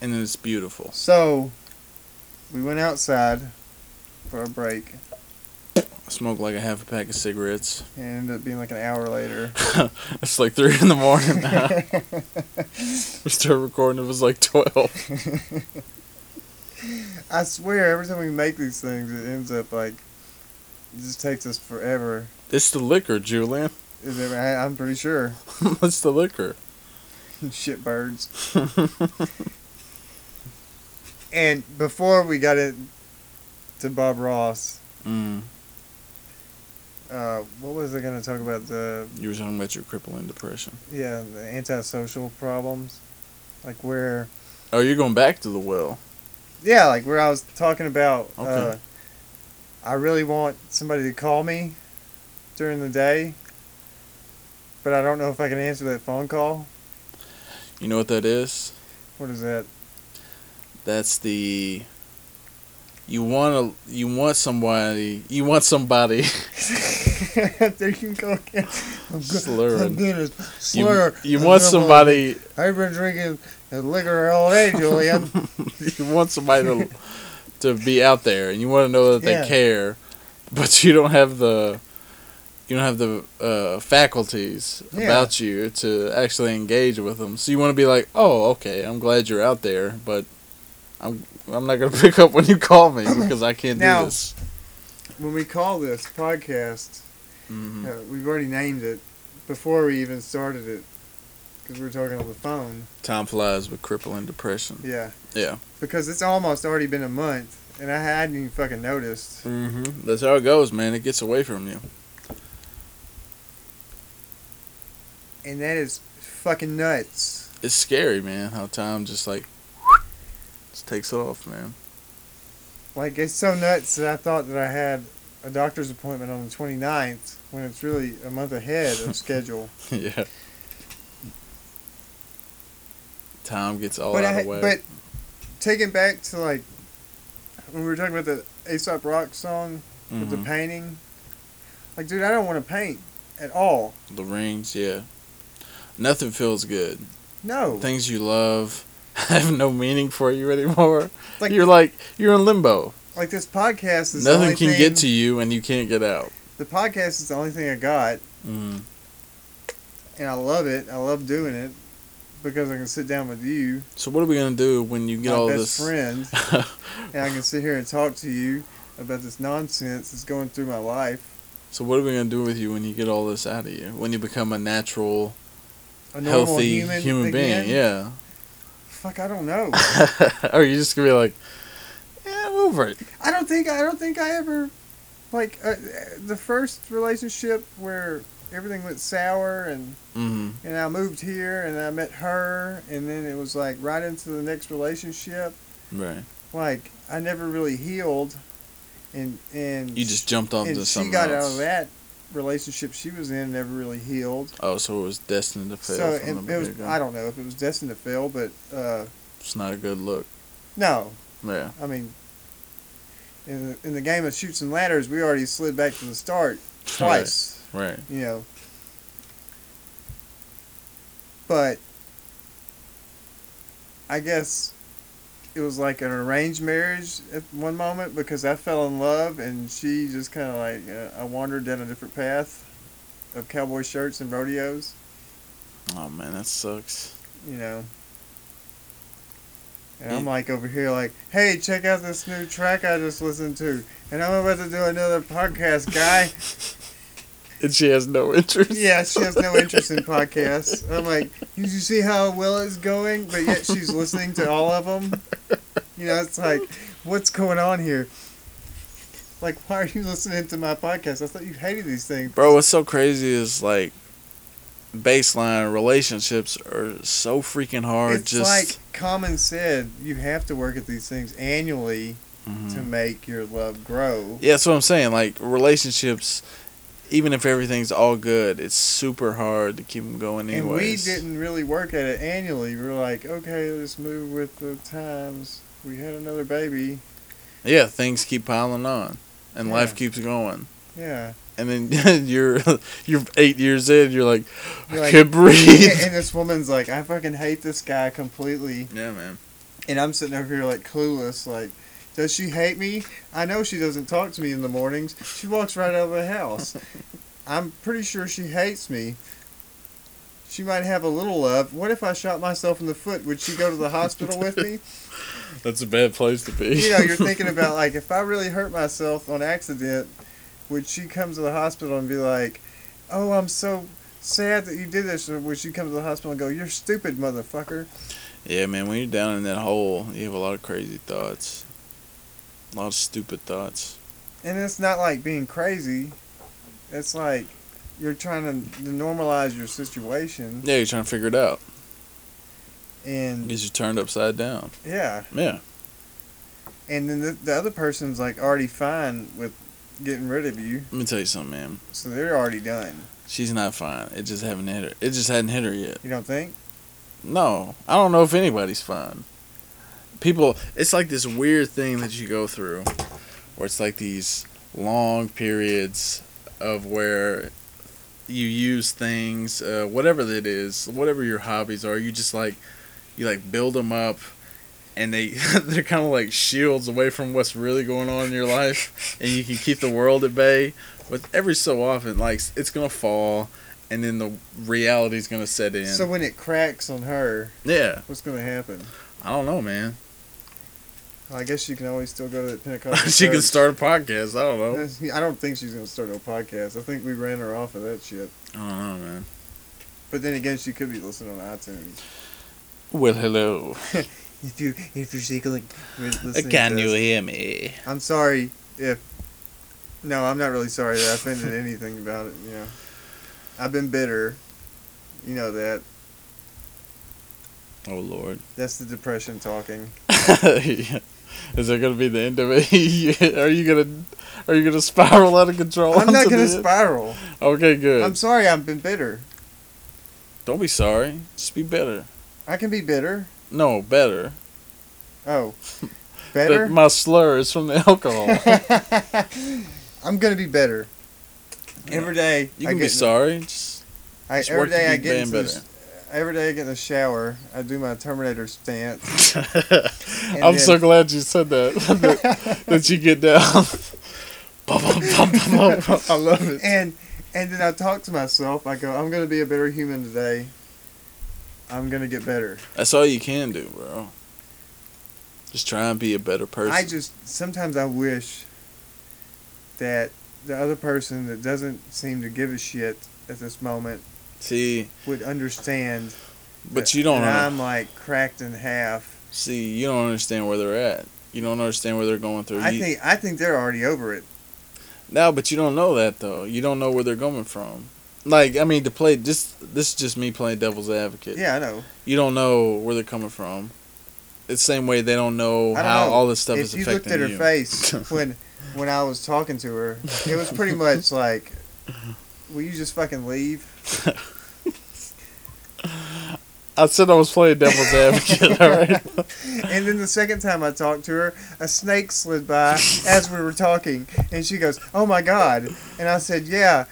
D: and then it's beautiful.
E: So, we went outside for a break
D: I smoked like a half a pack of cigarettes.
E: and it ended up being like an hour later.
D: It's like three in the morning now. we started recording. It was like twelve.
E: I swear, every time we make these things, it ends up like it just takes us forever.
D: It's the liquor, Julian.
E: Is it right? I'm pretty sure.
D: it's the liquor.
E: Shit birds. and before we got it to Bob Ross,
D: Mm.
E: uh, what was I going to talk about? The
D: You were talking about your crippling depression.
E: yeah, the antisocial problems, like where
D: Oh, you're going back to the well.
E: yeah, like where I was talking about. Uh,
D: Okay.
E: I really want somebody to call me during the day, but I don't know if I can answer that phone call.
D: You know what that is?
E: What is that?
D: that's the you want to you want somebody you want somebody
E: there you go again. I'm go- I'm
D: Slurring.
E: gonna
D: you,
E: slur.
D: you
E: I'm
D: want
E: gonna-
D: somebody
E: I've been drinking that liquor all day, Julian.
D: you want somebody to, to be out there and you want to know that they
E: Yeah.
D: care but you don't have the you don't have the uh, faculties
E: Yeah.
D: about you to actually engage with them. So you want to be like, oh, okay, I'm glad you're out there, but I'm I'm not gonna pick up when you call me because I can't
E: Now-
D: do this.
E: when we call this podcast,
D: Mhm.
E: uh, we've already named it before we even started it because we were talking on the phone.
D: Time flies with crippling depression.
E: Yeah.
D: Yeah.
E: Because it's almost already been a month, and I hadn't even fucking noticed.
D: Mm-hmm. That's how it goes, man. It gets away from you.
E: And that is fucking nuts.
D: It's scary, man. How time just like just takes it off, man.
E: Like, it's so nuts that I thought that I had a doctor's appointment on the 29th when it's really a month ahead of schedule.
D: yeah. Time gets all
E: but
D: out
E: I,
D: of way.
E: but taking back to like when we were talking about the Aesop Rock song with the
D: Mhm.
E: painting, like dude, I don't want to paint at all.
D: The rings, yeah. Nothing feels good.
E: No,
D: Things you love have no meaning for you anymore.
E: Like-
D: you're like you're in limbo.
E: like this podcast is the
D: Nothing
E: only
D: can
E: thing,
D: get to you, and you can't get out.
E: The podcast is the only thing I got,
D: Mm.
E: and I love it. I love doing it because I can sit down with you,
D: So what are we gonna do when you get
E: my
D: all
E: best
D: this?
E: friend, and I can sit here and talk to you about this nonsense that's going through my life.
D: so what are we gonna do with you when you get all this out of you? When you become a natural,
E: A normal
D: healthy human,
E: again?
D: being? Yeah.
E: Fuck, I don't know.
D: or you just gonna be like, yeah, I'm over it.
E: I don't think I don't think I ever like uh, the first relationship where everything went sour and
D: Mm-hmm.
E: and I moved here and I met her and then it was like right into the next relationship
D: Right.
E: like I never really healed and and
D: You just jumped off
E: and
D: to
E: she
D: something
E: got
D: else.
E: out of that relationship she was in never really healed
D: Oh, so it was destined to fail.
E: so
D: from
E: it,
D: the
E: it was
D: beginning.
E: I don't know if it was destined to fail but uh
D: It's not a good look.
E: no
D: Yeah.
E: I mean in the, in the game of shoots and ladders we already slid back to the start twice
D: Right.
E: you know. But I guess it was like an arranged marriage at one moment because I fell in love and she just kind of like uh, I wandered down a different path of cowboy shirts and rodeos,
D: Oh man, that sucks.
E: you know. And I'm
D: Yeah.
E: like over here, like, hey, check out this new track I just listened to, and I'm about to do another podcast, guy.
D: And she has no interest.
E: Yeah, she has no interest in podcasts. I'm like, did you see how well it's going? But yet she's listening to all of them. You know, it's like, what's going on here? Like, why are you listening to my podcast? I thought you hated these things.
D: Bro, what's so crazy is like baseline relationships are so freaking hard.
E: it's
D: just
E: like Common said, you have to work at these things annually
D: Mhm.
E: to make your love grow.
D: yeah, that's what I'm saying. Like relationships, even if everything's all good, it's super hard to keep them going.
E: And we
D: Anyways,
E: didn't really work at it annually. We were like, okay, let's move with the times. We had another baby.
D: yeah, things keep piling on, and
E: Yeah.
D: life keeps going.
E: Yeah.
D: And then you're you're eight years in. You're like,
E: You're
D: I
E: like,
D: can't
E: and,
D: breathe.
E: and this woman's like, I fucking hate this guy completely.
D: Yeah, man.
E: And I'm sitting over here like clueless, like, does she hate me? I know she doesn't talk to me in the mornings. She walks right out of the house. I'm pretty sure she hates me. She might have a little love. What if I shot myself in the foot? Would she go to the hospital with me?
D: That's a bad place to be.
E: You know, you're thinking about like if I really hurt myself on accident, would she come to the hospital and be like, "Oh, I'm so sad that you did this," or would she come to the hospital and go, "You're stupid, motherfucker"?
D: Yeah, man, when you're down in that hole, you have a lot of crazy thoughts. A lot of stupid thoughts.
E: and it's not like being crazy. It's like you're trying to, to normalize your situation,
D: Yeah, you're trying to figure it out.
E: and
D: Because you're turned upside down.
E: yeah,
D: Yeah.
E: and then the, the other person's like already fine with getting rid of you,
D: Let me tell you something, man.
E: so they're already done.
D: She's not fine. It just haven't hit her. It just hadn't hit her yet.
E: You don't think?
D: No. I don't know if anybody's fine. People it's like this weird thing that you go through where it's like these long periods of where you use things, uh, whatever that is, whatever your hobbies are, you just like you like build them up and they they're kind of like shields away from what's really going on in your life and you can keep the world at bay but every so often, like it's gonna fall, and then the reality's gonna set in.
E: So when it cracks on her,
D: yeah,
E: what's going to happen?
D: I don't know, man.
E: I guess you can always still go to the Pentecostal.
D: she can
E: church.
D: start a podcast. I don't know.
E: I don't think she's going to start no podcast. I think we ran her off of that shit.
D: I don't know, man.
E: But then again, she could be listening on iTunes.
D: Well, hello.
E: If you if you're seeking, listening
D: Uh, Can
E: to
D: you
E: this-
D: hear me?
E: I'm sorry if. No, I'm not really sorry that I offended anything about it. You know, I've been bitter. You know that.
D: Oh Lord.
E: That's the depression talking.
D: Is that gonna be the end of it? are you gonna are you gonna spiral out of control?
E: I'm not
D: onto
E: gonna
D: the end?
E: spiral.
D: Okay, good.
E: I'm sorry. I've been bitter.
D: Don't be sorry. Just be better.
E: I can be bitter.
D: No, better.
E: Oh,
D: That-
E: better.
D: my slur is from the alcohol.
E: I'm gonna be better. Every day
D: You
E: I
D: can
E: get
D: be
E: in-
D: sorry. Just,
E: I,
D: just
E: every
D: work to
E: day I
D: be
E: get into
D: better.
E: the, every day I get in the shower. I do my Terminator stance. and
D: I'm so
E: then-
D: glad you said that. that, that you get down. Bum, bum, bum, bum, bum, bum. Oh, I love it.
E: and and then I talk to myself. I go, I'm gonna be a better human today. I'm gonna get better.
D: That's all you can do, bro. Just try and be a better person.
E: I just sometimes I wish that the other person that doesn't seem to give a shit at this moment
D: See,
E: would understand.
D: but
E: that-
D: you don't
E: that
D: under-
E: I'm like cracked in half.
D: see. You don't understand where they're at. You don't understand where they're going through.
E: I
D: You-
E: think I think they're already over it.
D: No, but you don't know that though. You don't know where they're coming from. Like, I mean, to play just this is just me playing devil's advocate.
E: Yeah, I know.
D: You don't know where they're coming from. It's the same way they don't
E: I
D: know
E: don't
D: how
E: know.
D: all this stuff
E: if
D: is
E: you
D: affecting
E: looked at her
D: you.
E: face when when I was talking to her, it was pretty much like, "Will you just fucking leave?"
D: I said I was playing devil's advocate. all right.
E: And then the second time I talked to her, a snake slid by as we were talking, and she goes, "Oh my god!" And I said, "Yeah."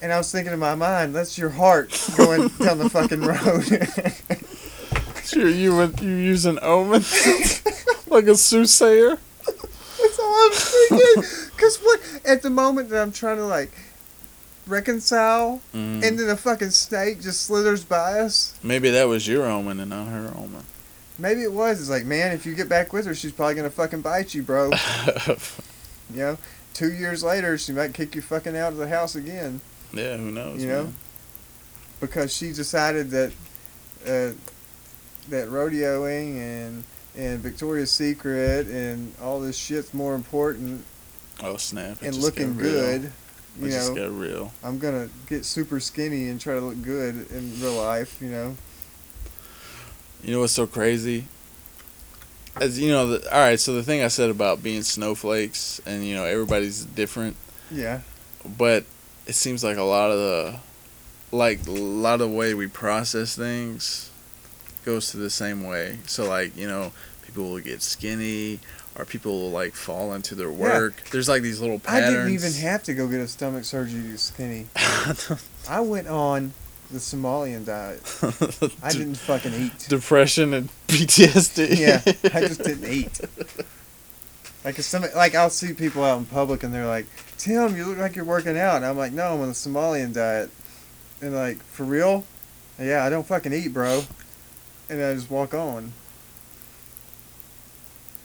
E: And I was thinking in my mind, "That's your heart going down the fucking road."
D: Sure, you were you using omen like a soothsayer.
E: That's all I'm thinking. Cause what at the moment that I'm trying to like reconcile, and then a fucking snake just slithers by us.
D: Maybe that was your omen and not her omen.
E: Maybe it was. It's like, man, if you get back with her, she's probably gonna fucking bite you, bro. you know, two years later, she might kick you fucking out of the house again
D: yeah, who knows?
E: You know?
D: man.
E: because she decided that uh, that rodeoing and and Victoria's Secret and all this shit's more important
D: Oh snap! it
E: and
D: just
E: looking
D: got real.
E: good.
D: It
E: You
D: just
E: know,
D: got real.
E: I'm gonna get super skinny and try to look good in real life, you know.
D: You know what's so crazy? As you know, the, all right. So the thing I said about being snowflakes, and you know everybody's different,
E: Yeah.
D: but it seems like a lot of the, like a lot of the way we process things, goes to the same way. So like you know, people will get skinny, or people will like fall into their work. There's like these little
E: I
D: patterns.
E: didn't even have to go get a stomach surgery to get skinny. I went on the Somalian diet. I didn't fucking eat.
D: depression and PTSD.
E: Yeah, I just didn't eat. Like if some, like I'll see people out in public and they're like, "Tim, you look like you're working out," and I'm like, "No, I'm on the Somalian diet," and like for real, yeah, I don't fucking eat, bro, and I just walk on.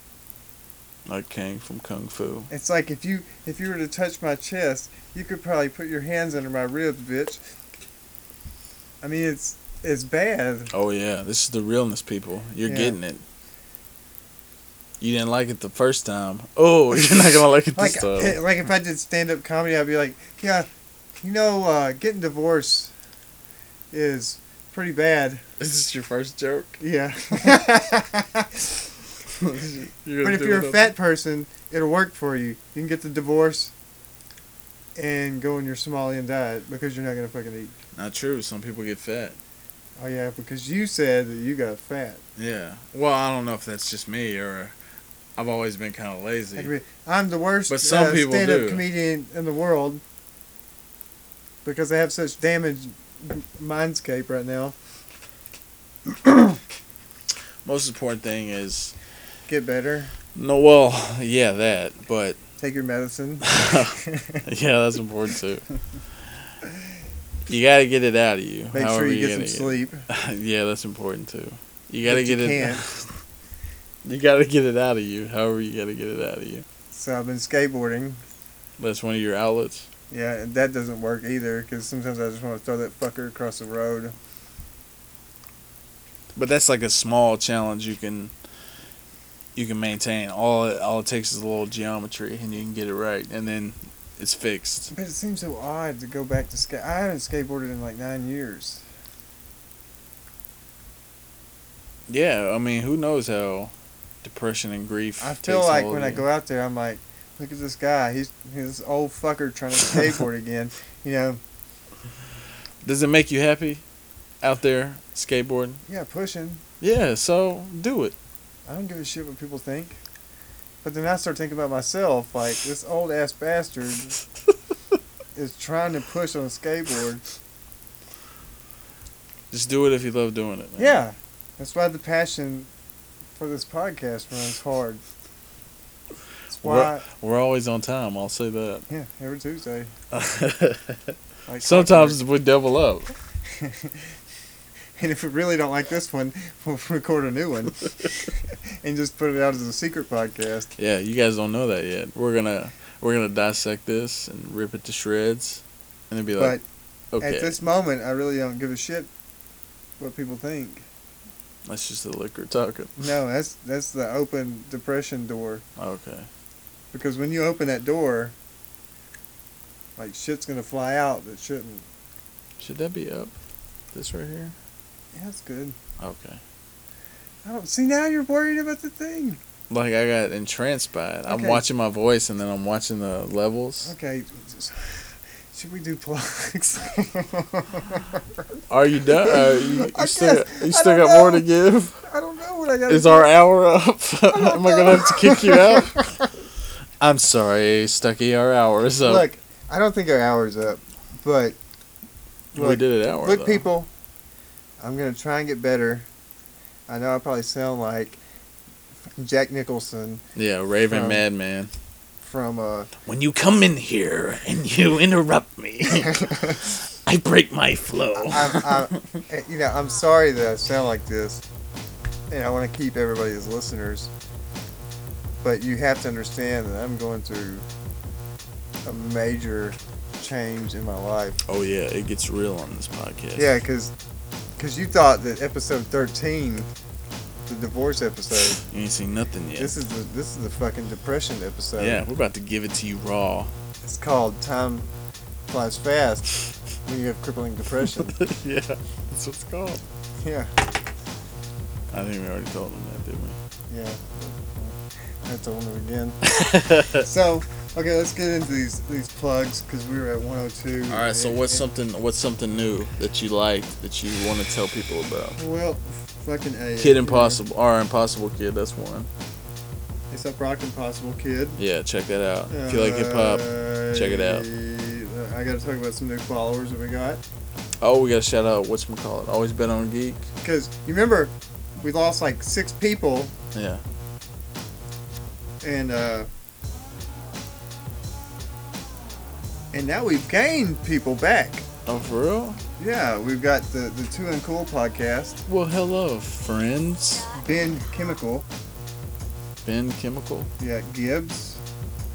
D: like Kang from Kung Fu.
E: It's like if you if you were to touch my chest, you could probably put your hands under my ribs, bitch. I mean, it's it's bad.
D: Oh yeah, this is the realness, people. You're
E: Yeah.
D: getting it. You didn't like it the first time. Oh, you're not gonna like it
E: Like eh.
D: this time.
E: like if I did stand up comedy, I'd be like, yeah, you know, uh, getting divorced is pretty bad.
D: Is this your first joke?
E: Yeah,
D: You're
E: but if you're a fat person, it'll work for you. You can get the divorce and go on your Somalian diet because you're not gonna fucking eat.
D: Not true. Some people get fat.
E: Oh yeah, because you said that you got fat.
D: Yeah. Well, I don't know if that's just me or I've always been kind of lazy.
E: Like, I mean, I'm the worst
D: But some
E: uh,
D: people
E: stand-up
D: do.
E: comedian in the world because I have such damaged m- mindscape right now.
D: Most important thing is
E: Get better.
D: no. Well, yeah, that. But
E: Take your medicine.
D: yeah, that's important too. You gotta get it out of you.
E: Make
D: however
E: sure you
D: you
E: get some
D: gotta
E: sleep.
D: yeah, that's important too. You gotta
E: But
D: get
E: you
D: it.
E: can't.
D: You gotta get it out of you. However, you gotta get it out of you.
E: So I've been skateboarding.
D: That's one of your outlets.
E: Yeah, and that doesn't work either because sometimes I just want to throw that fucker across the road.
D: But that's like a small challenge you can. You can maintain all. It, all it takes is a little geometry, and you can get it right, and then it's fixed.
E: But it seems so odd to go back to skate. I haven't skateboarded in like nine years.
D: Yeah, I mean, who knows how depression and grief.
E: I feel
D: takes
E: like
D: hold
E: when
D: of
E: I
D: you.
E: go out there, I'm like, look at this guy. He's he's this old fucker trying to skateboard again. You know,
D: Does it make you happy, out there skateboarding?
E: yeah, pushing.
D: Yeah, so do it.
E: I don't give a shit what people think. But then I start thinking about myself, like this old ass bastard is trying to push on a skateboard.
D: Just do it if you love doing it. man.
E: Yeah, that's why the passion for this podcast runs hard. That's why,
D: We're, we're always on time. I'll say that.
E: yeah, every Tuesday. Like
D: Sometimes we double up.
E: and if we really don't like this one, we'll record a new one and just put it out as a secret podcast.
D: Yeah, you guys don't know that yet. We're gonna we're gonna dissect this and rip it to shreds, and then be like, okay,
E: At this moment, I really don't give a shit what people think.
D: that's just the liquor talking.
E: No, that's that's the open depression door.
D: Okay,
E: Because when you open that door, like shit's gonna fly out that shouldn't.
D: should that be up? This right here.
E: Yeah, that's good.
D: Okay.
E: I don't see now you're worried about the thing.
D: Like I got entranced by it. I'm
E: Okay.
D: watching my voice, and then I'm watching the levels.
E: Okay, just- should we do plugs?
D: Are you done? Are you,
E: I
D: you still
E: guess-
D: you
E: I
D: still
E: don't
D: got more to
E: know.
D: give?
E: I don't know what I got.
D: Is our hour up? Am I gonna have to kick you out? I'm sorry, Stucky. Our hour is up.
E: look? I don't think our hour's up, but
D: we
E: look-
D: did an hour.
E: Look,
D: though.
E: people, I'm gonna try and get better. I know I probably sound like Jack Nicholson
D: Yeah, Raven
E: Um,
D: Madman.
E: from uh,
D: When you come in here and you interrupt me, I break my flow.
E: I, I, eh, you know, I'm sorry that I sound like this, and I want to keep everybody as listeners. But you have to understand that I'm going through a major change in my life.
D: Oh yeah, it gets real on this podcast.
E: Yeah, because you thought that episode 13, the divorce episode,
D: you ain't seen nothing yet.
E: this is the this is the fucking depression episode.
D: yeah, we're about to give it to you raw.
E: It's called Time Flies Fast when you have crippling depression.
D: yeah, that's what's called.
E: yeah,
D: I think we already told them that, didn't we?
E: yeah. That's the one again. so, okay, let's get into these these plugs because we were at 102.
D: All right. So what's something what's something new that you liked that you want to tell people about?
E: Well, fucking a
D: Kid Impossible or Impossible Kid. That's one.
E: It's up rock impossible kid.
D: Yeah, check that out. If you like hip hop, check it out.
E: Uh, I gotta talk about some new followers that we got.
D: Oh, we gotta shout out whatchamacallit. Always been on geek.
E: Because you remember, we lost like six people,
D: Yeah.
E: and uh, and now we've gained people back.
D: Oh, for real?
E: Yeah, we've got the the Two and Cool podcast,
D: Well, hello, friends.
E: Ben Chemical,
D: Ben Chemical.
E: yeah Gibbs,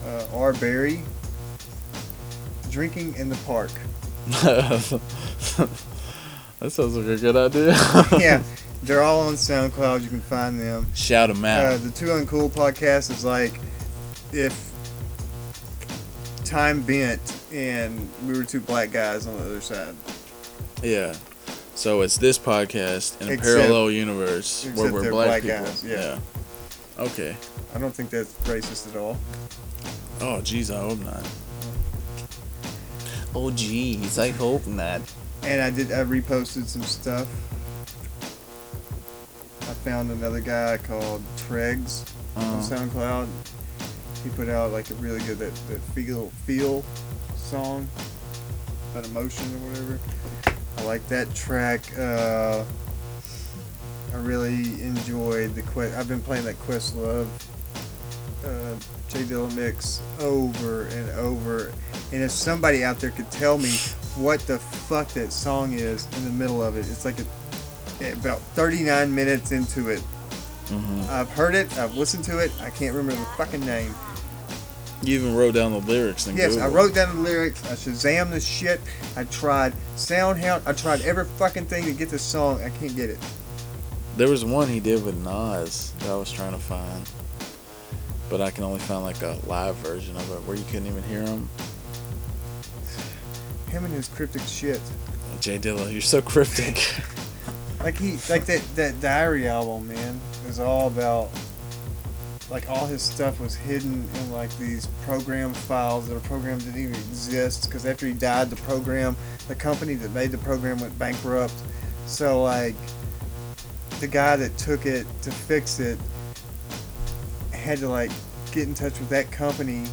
E: uh, R Berry, Drinking in the Park.
D: that sounds like a good idea.
E: yeah, they're all on SoundCloud. You can find them.
D: Shout them
E: Uh,
D: out.
E: the Two Uncool podcast is like if time bent and we were two black guys on the other side.
D: yeah. So it's this podcast in a
E: Except-
D: parallel universe where
E: except
D: we're
E: they're
D: black,
E: black
D: people.
E: guys, yeah.
D: yeah. Okay.
E: I don't think that's racist at all.
D: Oh, jeez, I hope not. Oh, jeez, I hope not.
E: And I did. I reposted some stuff. I found another guy called Tregs on
D: Uh,
E: SoundCloud. He put out like a really good that, that feel feel song, that emotion or whatever. I like that track. Uh, I really enjoyed the quest. I've been playing that Quest Love uh, J Dilla mix over and over. And if somebody out there could tell me what the fuck that song is in the middle of it, it's like a, eh, about 39 minutes into it. I've heard it, I've listened to it, I can't remember the fucking name.
D: You even wrote down the lyrics and
E: Yes, I
D: Googled.
E: wrote down the lyrics. I Shazam this shit. I tried SoundHound. I tried every fucking thing to get this song. I can't get it.
D: There was one he did with Nas that I was trying to find, but I can only find like a live version of it where you couldn't even hear him.
E: Him and his cryptic shit.
D: Jay Dilla, you're so cryptic.
E: Like he, like that that diary album, man, is all about. Like all his stuff was hidden in like these program files that a program didn't even exist because after he died, the program, the company that made the program went bankrupt. So like, the guy that took it to fix it had to like get in touch with that company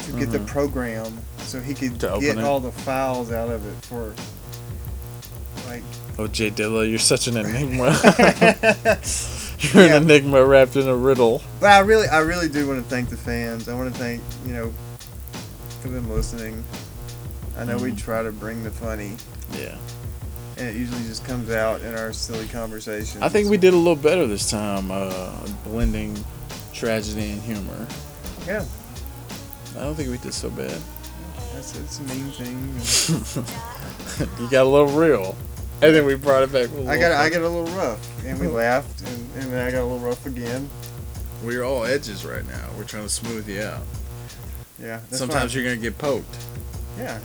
E: to get the program so he could
D: Mm-hmm. To open
E: get
D: it.
E: all the files out of it for like
D: oh, Jay Dilla, you're such an enigma. you're
E: Yeah.
D: an enigma wrapped in a riddle.
E: But I really, I really do want to thank the fans. I want to thank you know for them listening. I know
D: Mm.
E: we try to bring the funny,
D: Yeah.
E: and it usually just comes out in our silly conversations.
D: I think we did a little better this time, uh, blending tragedy and humor.
E: yeah,
D: I don't think we did so bad.
E: that's it's a mean thing.
D: You got a little real, and then we brought it back. With a
E: I
D: little
E: got, I got a little rough, and we laughed, and, and then I got a little rough again.
F: We're all edges right now. We're trying to smooth you out.
E: Yeah, that's
F: Sometimes you're gonna get poked.
E: fine. yeah.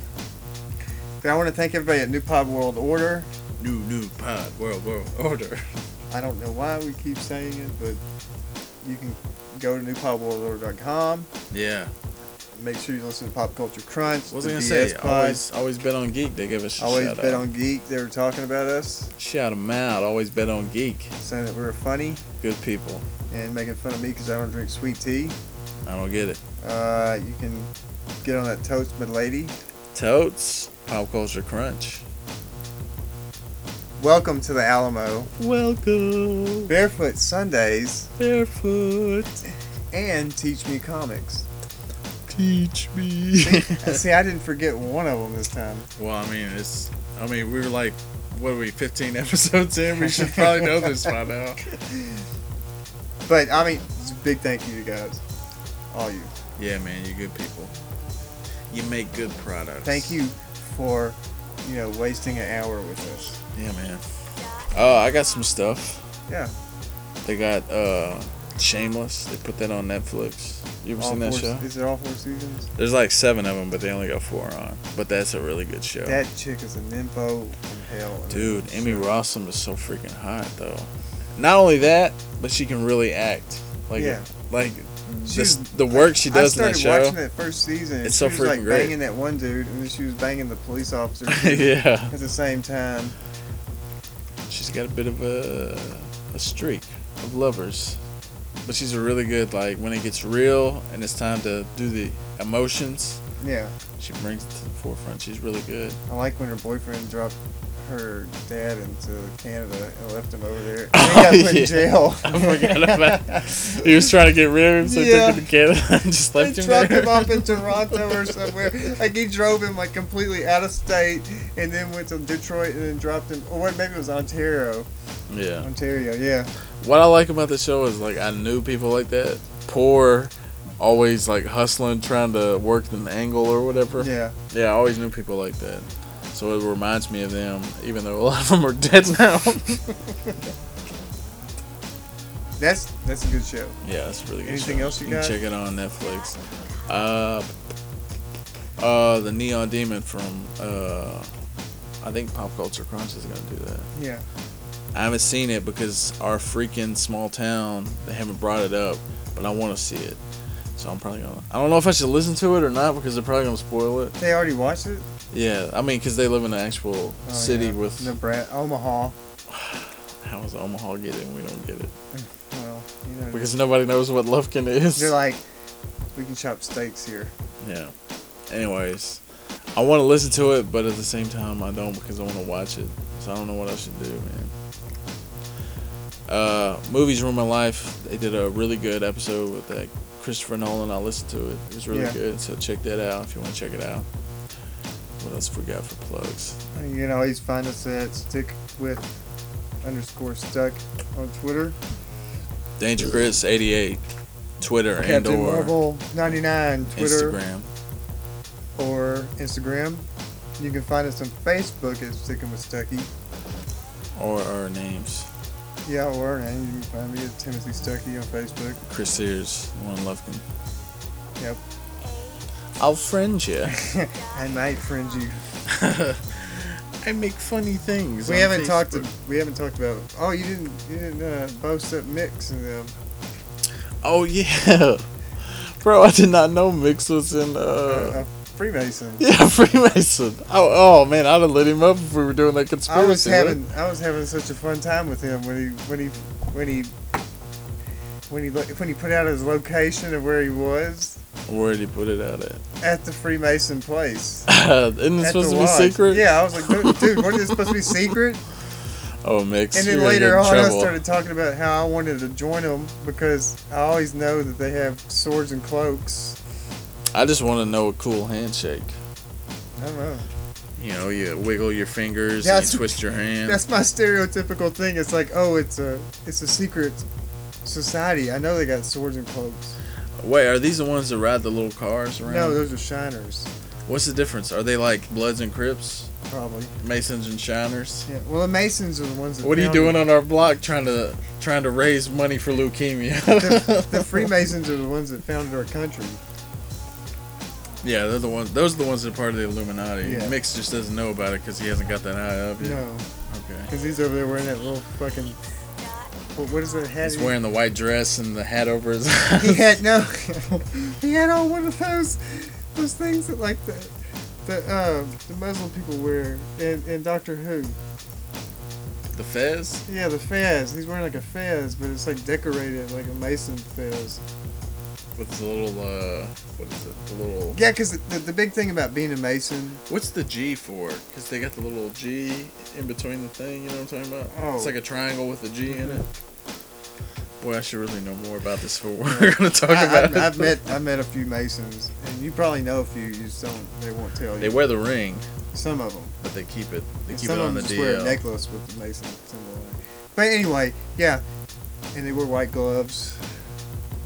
E: But I want to thank everybody at New Pod World Order.
F: New new pod world world order.
E: I don't know why we keep saying it, but you can go to newpodworldorder.com.
F: Yeah.
E: Make sure you listen to Pop Culture Crunch.
D: What was I
E: the
D: gonna
E: BS
D: say?
E: Pod.
D: Always, always bet on geek. They give us a
E: Always
D: shout
E: bet
D: out.
E: on Geek. They were talking about us,
D: Shout them out. Always bet on geek.
E: saying that we were funny
D: Good people.
E: and making fun of me because I don't drink sweet tea.
D: I don't get it.
E: Uh, you can get on that Toast Lady.
D: Totes. Pop culture crunch.
E: Welcome to the Alamo.
D: Welcome,
E: Barefoot Sundays
D: barefoot.
E: and Teach Me Comics.
D: Teach me.
E: See, I didn't forget one of them this time.
F: Well, I mean, it's. I mean, we were like, what are we, 15 episodes in? We should probably know this by now.
E: But I mean, it's a big thank you to you guys. All you.
F: Yeah, man, you good people. You make good products.
E: Thank you for, you know, wasting an hour with us.
D: yeah, man. Oh, I got some stuff.
E: Yeah.
D: They got uh, Shameless. They put that on Netflix. You ever
E: All
D: seen that
E: four,
D: show?
E: Is it all four seasons?
D: There's like seven of them, but they only got four on. But that's a really good show.
E: That chick is a nympho from hell.
D: Dude, Emmy Rossum is so freaking hot though. Not only that, but she can really act. Like,
E: Yeah.
D: like
E: She's-
D: this, the work she does in
E: I
D: that
E: started
D: show.
E: watching that first season. And
D: It's
E: she
D: so
E: was like
D: freaking great.
E: banging that one dude, and then she was banging the police officer
D: yeah,
E: at the same time.
D: she's got a bit of a a streak of lovers, but she's a really good like when it gets real and it's time to do the emotions.
E: Yeah,
D: She brings it to the forefront. She's really good.
E: I like when her boyfriend dropped her dad into Canada and left him over there. And he got put
D: yeah.
E: in jail.
D: I forgot about. that. He was trying to get rid of him, so
E: Yeah.
D: he took him to Canada and just
E: They
D: left him
E: dropped
D: there.
E: him off in Toronto or somewhere. Like he drove him like completely out of state, and then went to Detroit and then dropped him. Or wait, maybe it was Ontario.
D: Yeah.
E: Ontario, yeah.
D: What I like about the show is like I knew people like that, poor, always like hustling, trying to work an angle or whatever.
E: Yeah.
D: Yeah, I always knew people like that, so it reminds me of them, even though a lot of them are dead now.
E: That's that's a good show.
D: yeah, that's a really good.
E: Anything
D: show.
E: else you
D: can
E: got?
D: Check it on Netflix. Uh, uh, the Neon Demon from uh, I think Pop Culture Crunch is gonna do that.
E: Yeah.
D: I haven't seen it because our freaking small town they haven't brought it up, but I want to see it. So I'm probably gonna. I don't know if I should listen to it or not because they're probably gonna spoil it.
E: They already watched it.
D: Yeah, I mean because they live in an actual
E: Oh,
D: city
E: yeah.
D: with.
E: Nebraska, Omaha.
D: How does Omaha get it? and We don't get it
E: Well, you know,
D: because nobody knows what Lufkin is.
E: they're like, we can chop steaks here.
D: yeah. Anyways, I want to listen to it, but at the same time I don't because I want to watch it. So I don't know what I should do, man. Uh, movies ruin my life. They did a really good episode with that Christopher Nolan. I listened to it. It was really
E: Yeah.
D: good. So check that out if you want to check it out. What else we got for plugs?
E: And You can always find us at stick with underscore stuck on Twitter.
D: Danger Chris 88, Twitter and
E: Captain
D: or
E: Marvel 99 Twitter
D: Instagram.
E: or Instagram. You can find us on Facebook at Sticking with Stucky.
D: Or our names.
E: Yeah, or and you can find me at Timothy Stucky on Facebook.
D: Chris Sears, one Lufkin.
E: Yep.
D: I'll friend you.
E: I might friend you.
F: I make funny things.
E: We
F: on
E: haven't
F: Facebook.
E: talked to, we haven't talked about oh you didn't you didn't uh, boast up mix and them.
D: Oh yeah, bro. I did not know Mix was in. Uh,
E: a Freemason.
D: yeah, Freemason. Oh, oh man, I'd have lit him up if we were doing that
E: I
D: conspiracy.
E: was
D: right?
E: having I was having such a fun time with him when he when he when he when he lo- when he put out his location and where he was
D: Where did he put it out at?
E: at the Freemason place.
D: Isn't it
E: At the
D: supposed to be
E: lodge.
D: secret?
E: Yeah, I was like, dude, dude, wasn't it supposed to be secret?
D: Oh, Mix.
E: And
D: you're
E: then
D: gonna
E: later
D: get in
E: on, I
D: trouble.
E: started talking about how I wanted to join them because I always know that they have swords and cloaks.
D: I just want to know a cool handshake.
E: I don't know.
F: You know, you wiggle your fingers,
E: Yeah,
F: and
E: it's-
F: you twist your hand.
E: That's my stereotypical thing. It's like, oh, it's a it's a secret society. I know they got swords and cloaks.
F: Wait, are these the ones that ride the little cars around?
E: No, those are shiners,
F: What's the difference? Are they like Bloods and Crips,
E: probably.
F: Masons and Shiners?
E: Yeah. Well, the Masons are the ones. That
F: What are you
E: founded-
F: doing on our block trying to trying to raise money for leukemia?
E: The, the Freemasons are the ones that founded our country.
F: yeah, they're the ones. Those are the ones that are part of the Illuminati.
E: Yeah.
F: Mix just doesn't know about it because he hasn't got that high up. Yet.
E: No,
F: Okay.
E: because he's over there wearing that little fucking. What, what is that hat?
F: He's
E: he-
F: wearing the white dress and the hat over his eyes.
E: he had no he had on one of those those things that like the the um the Muslim people wear in, in Doctor Who.
F: the fez.
E: Yeah, the fez. He's wearing like a fez, but it's like decorated like a mason fez.
F: with the little uh what is it the little
E: Yeah, because the, the big thing about being a mason,
F: what's the g for because they got the little g in between the thing you know what i'm talking about
E: Oh. Mm-hmm.
F: it's like a triangle with a g in it boy i should really know more about this for we're gonna talk
E: I,
F: about it
E: have I've met I met a few masons, and you probably know a few. You just don't. They won't tell you.
F: they wear the ring
E: some of them.
F: but they keep it they
E: And
F: keep
E: some
F: it
E: of
F: on the
E: them just wear a
F: dl
E: necklace with the mason symbol. on it. But anyway, yeah, and they wear white gloves.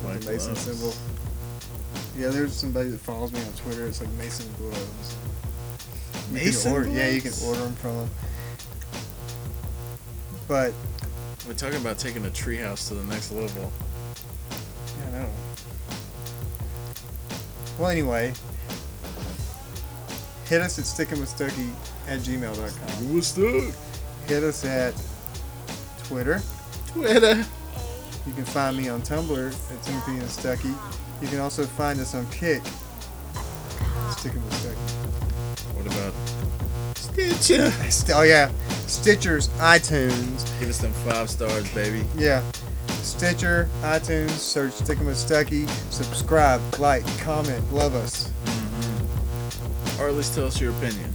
F: White
E: the Mason
F: gloves.
E: symbol. Yeah, there's somebody that follows me on Twitter. It's like Mason gloves. You can
F: Mason
E: order- Yeah, you can
F: gloves?
E: order them from them. But
F: we're talking about taking a treehouse to the next level
E: I don't know. Well, anyway, hit us at stickingwithstucky at gmail.com.
F: what's up
E: Hit us at Twitter.
F: twitter
E: You can find me on Tumblr at Timothy and Stucky. You can also find us on Kick. Sticking with Stucky.
F: what about stitcher
E: St- Oh yeah, Stitchers, iTunes.
F: give us them five stars baby
E: Yeah, Stitcher, iTunes. Search Stickin' with Stucky. Subscribe, like, comment, love us.
F: or at least tell us your opinion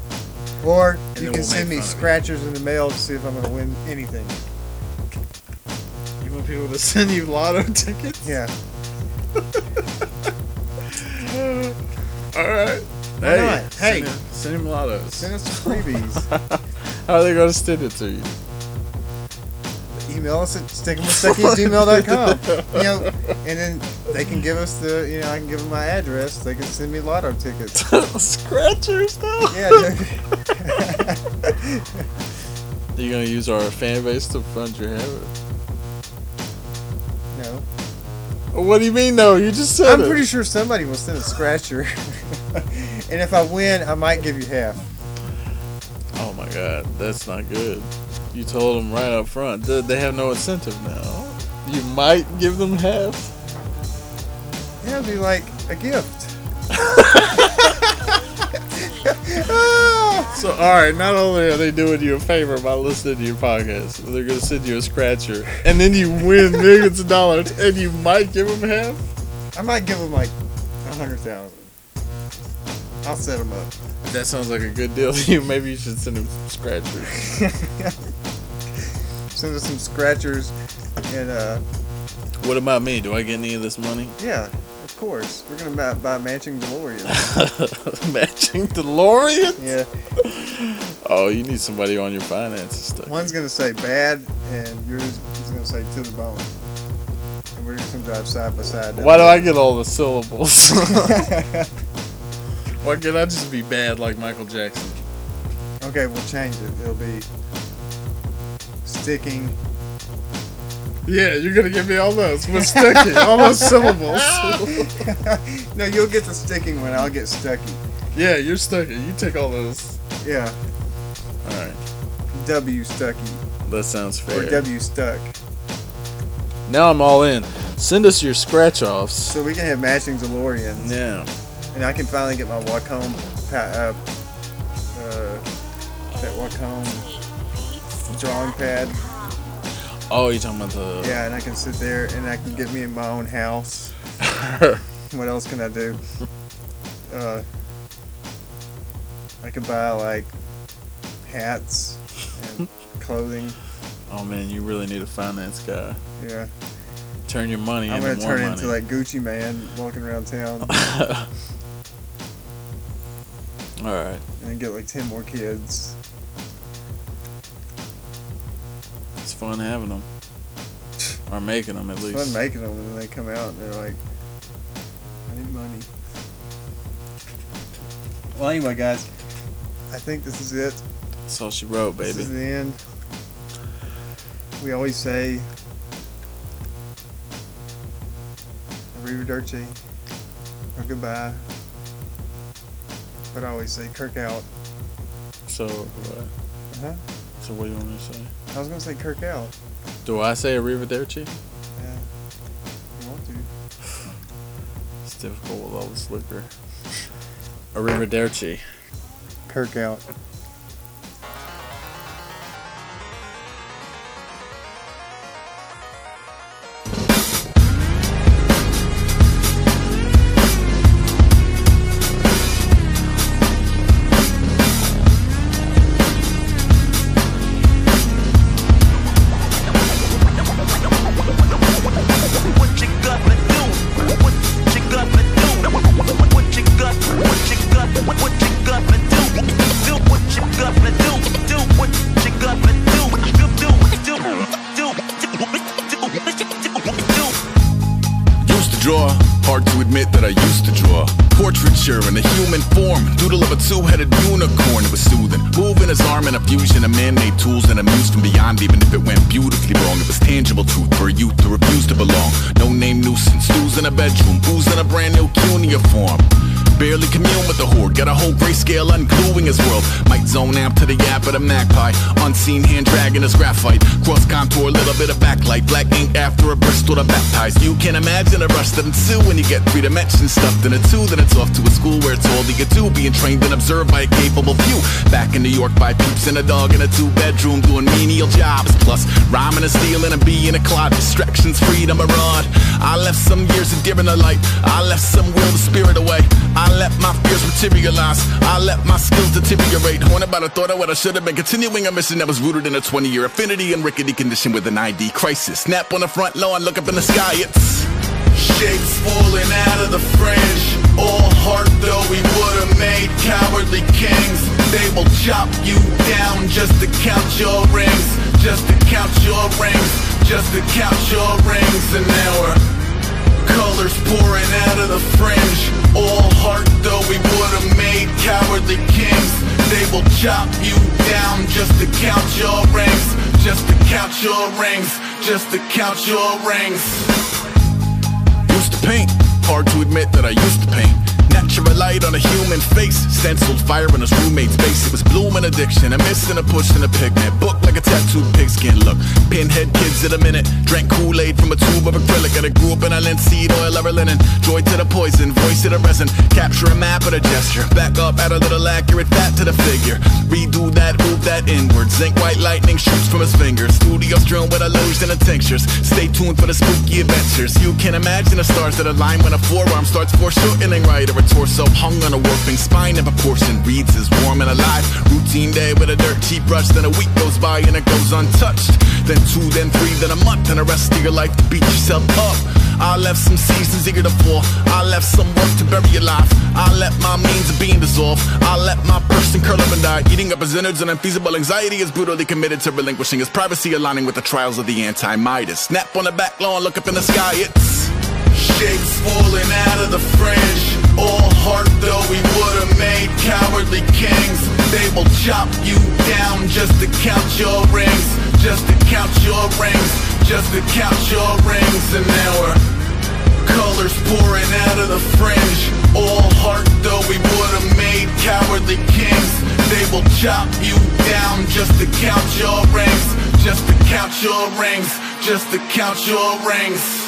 E: Or
F: And then
E: you can
F: we'll
E: send
F: make
E: me
F: fun of you.
E: scratchers in the mail to see if I'm gonna win anything.
F: you want people to send you lotto tickets
E: Yeah.
F: All right.
E: Hey, not?
F: Hey.
E: Hey.
F: Send him, send him lottos.
E: Send us freebies.
D: How are they gonna send it to you?
E: Email us at stickinwithstucky at gmail.com. You know, and then they can give us the, you know, I can give them my address. They can send me lotto tickets.
D: Scratchers now.
E: Yeah, dude.
D: Are you gonna use our fan base to fund your hammer?
E: No.
D: What do you mean? No, you just said
E: I'm
D: it.
E: pretty sure somebody will send a scratcher. and if I win, I might give you half.
D: oh my god, that's not good. You told them right up front. They they have no incentive now. You might give them half.
E: Yeah, it'd be like a gift.
D: So, all right. Not only are they doing you a favor by listening to your podcast, but they're gonna send you a scratcher, and then you win millions of dollars, and you might give them half.
E: I might give them like a hundred thousand. I'll set them up.
D: That sounds like a good deal to you. Maybe you should send him some scratchers.
E: Send us some scratchers, and uh,
D: What about me? Do I get any of this money?
E: yeah, of course. We're gonna buy, buy matching DeLorean.
D: Matching DeLorean?
E: yeah.
D: Oh, you need somebody on your finances stuff.
E: One's gonna say bad, and yours is gonna say to the bone. And we're just gonna drive side by side. down
D: Why do I get all the syllables? Why can't I just be bad like Michael Jackson?
E: Okay, we'll change it. It'll be sticking.
D: Yeah, you're gonna give me all those. We're sticking. all those syllables.
E: no, you'll get the sticking one. I'll get stucky.
D: yeah, you're stuck. You take all those.
E: Yeah,
D: Alright.
E: W stucky
D: That sounds
E: or
D: fair.
E: W stuck.
D: Now I'm all in. Send us your scratch offs.
E: So we can have matching DeLoreans,
D: Yeah.
E: and I can finally get my Wacom. Pa- uh, uh, that Wacom drawing pad.
D: Oh, you're talking about the.
E: Yeah, and I can sit there and I can get me in my own house. what else can I do? Uh, I can buy like hats and clothing.
D: Oh man, you really need a finance guy.
E: Yeah,
D: Turn your money
E: I'm
D: into
E: gonna
D: more
E: turn
D: money.
E: into like Gucci man walking around town
D: all right.
E: and get like ten more kids.
D: It's fun having them. Or making them at
E: It's fun
D: least.
E: making them, and then they come out and they're like, "I need money." Well, anyway, guys, I think this is it.
D: That's all she wrote,
E: This is
D: baby.
E: the end. We always say arrivederci or goodbye. But I always say Kirk out.
D: So, uh,
E: Uh-huh.
D: so what do you want me to say?
E: I was gonna say Kirk out.
D: Do I say arrivederci?
E: Yeah. You want to?
D: It's difficult with all this liquor. Arrivederci.
E: Kirk out.
C: Used to draw, hard to admit that I used to draw. Portraiture in a human form, doodle of a two-headed unicorn. It was soothing, moving his arm in a fusion of man-made tools and amused from beyond. Even if it went beautifully wrong, it was tangible truth for a youth who refused to belong. No-name nuisance, stews in a bedroom, booze in a brand new cuneiform. Barely commune with the horde, got a whole grayscale ungluing his world. Might zone amp to the gap of the magpie, unseen hand dragging his graphite. Cross contour, little bit of backlight, black ink after a Bristol to baptize. You can imagine a rush that ensue when you get three dimensions stuffed in a two. Then it's off to a school where it's all that you do, being trained and observed by a capable few. Back in New York by peeps and a dog in a two-bedroom, doing menial jobs. Plus, rhyming and stealing and being a clod. Distractions, freedom, a rod. I left some years of deer in the light. I left some will the spirit away. I let my fears materialize. I let my skills deteriorate. Haunted by the thought of what I should have been. Continuing a mission that was rooted in a 20 year affinity and rickety condition with an ID crisis. Snap on the front lawn, look up in the sky. It's shapes falling out of the fringe. All heart though we would have made cowardly kings. They will chop you down just to count your rings. Just to count your rings. Just to count your rings. And now we're Colors pouring out of the fringe. All heart though we would have made cowardly kings. They will chop you down just to count your rings. Just to count your rings. Just to count your rings. Used to paint. Hard to admit that I used to paint. Natural light on a human face. Stenciled fire in his roommate's face. It was blooming addiction. A miss and a push and a pigment. Book like a tattooed pigskin. Look, pinhead kids in a minute. Drank Kool Aid from a tube of acrylic. And I grew up in a linseed oil or linen. Joy to the poison. Voice to the resin. Capture a map with a gesture. Back up, add a little accurate fat to the figure. Redo that, move that inward. Zinc white lightning shoots from his fingers. Studio strewn with illusion and tinctures. Stay tuned for the spooky adventures. You can imagine the stars that align when a forearm starts foreshortening right or a torso hung on a warping spine in proportion reads as warm and alive. Routine day with a dirt cheap rush, then a week goes by and it goes untouched. Then two, then three, then a month, and the rest of your life to beat yourself up. I left some seasons eager to fall. I left some work to bury alive. I let my means of being dissolve. I let my person curl up and die. Eating up his innards and unfeasible anxiety is brutally committed to relinquishing his privacy, aligning with the trials of the anti-Midas. Snap on the back lawn, look up in the sky, it's... Shapes falling out of the fringe. All heart though we would've made cowardly kings. They will chop you down just to count your rings. Just to count your rings. Just to count your rings. And now we're colors pouring out of the fringe. All heart though we would've made cowardly kings. They will chop you down just to count your rings. Just to count your rings. Just to count your rings.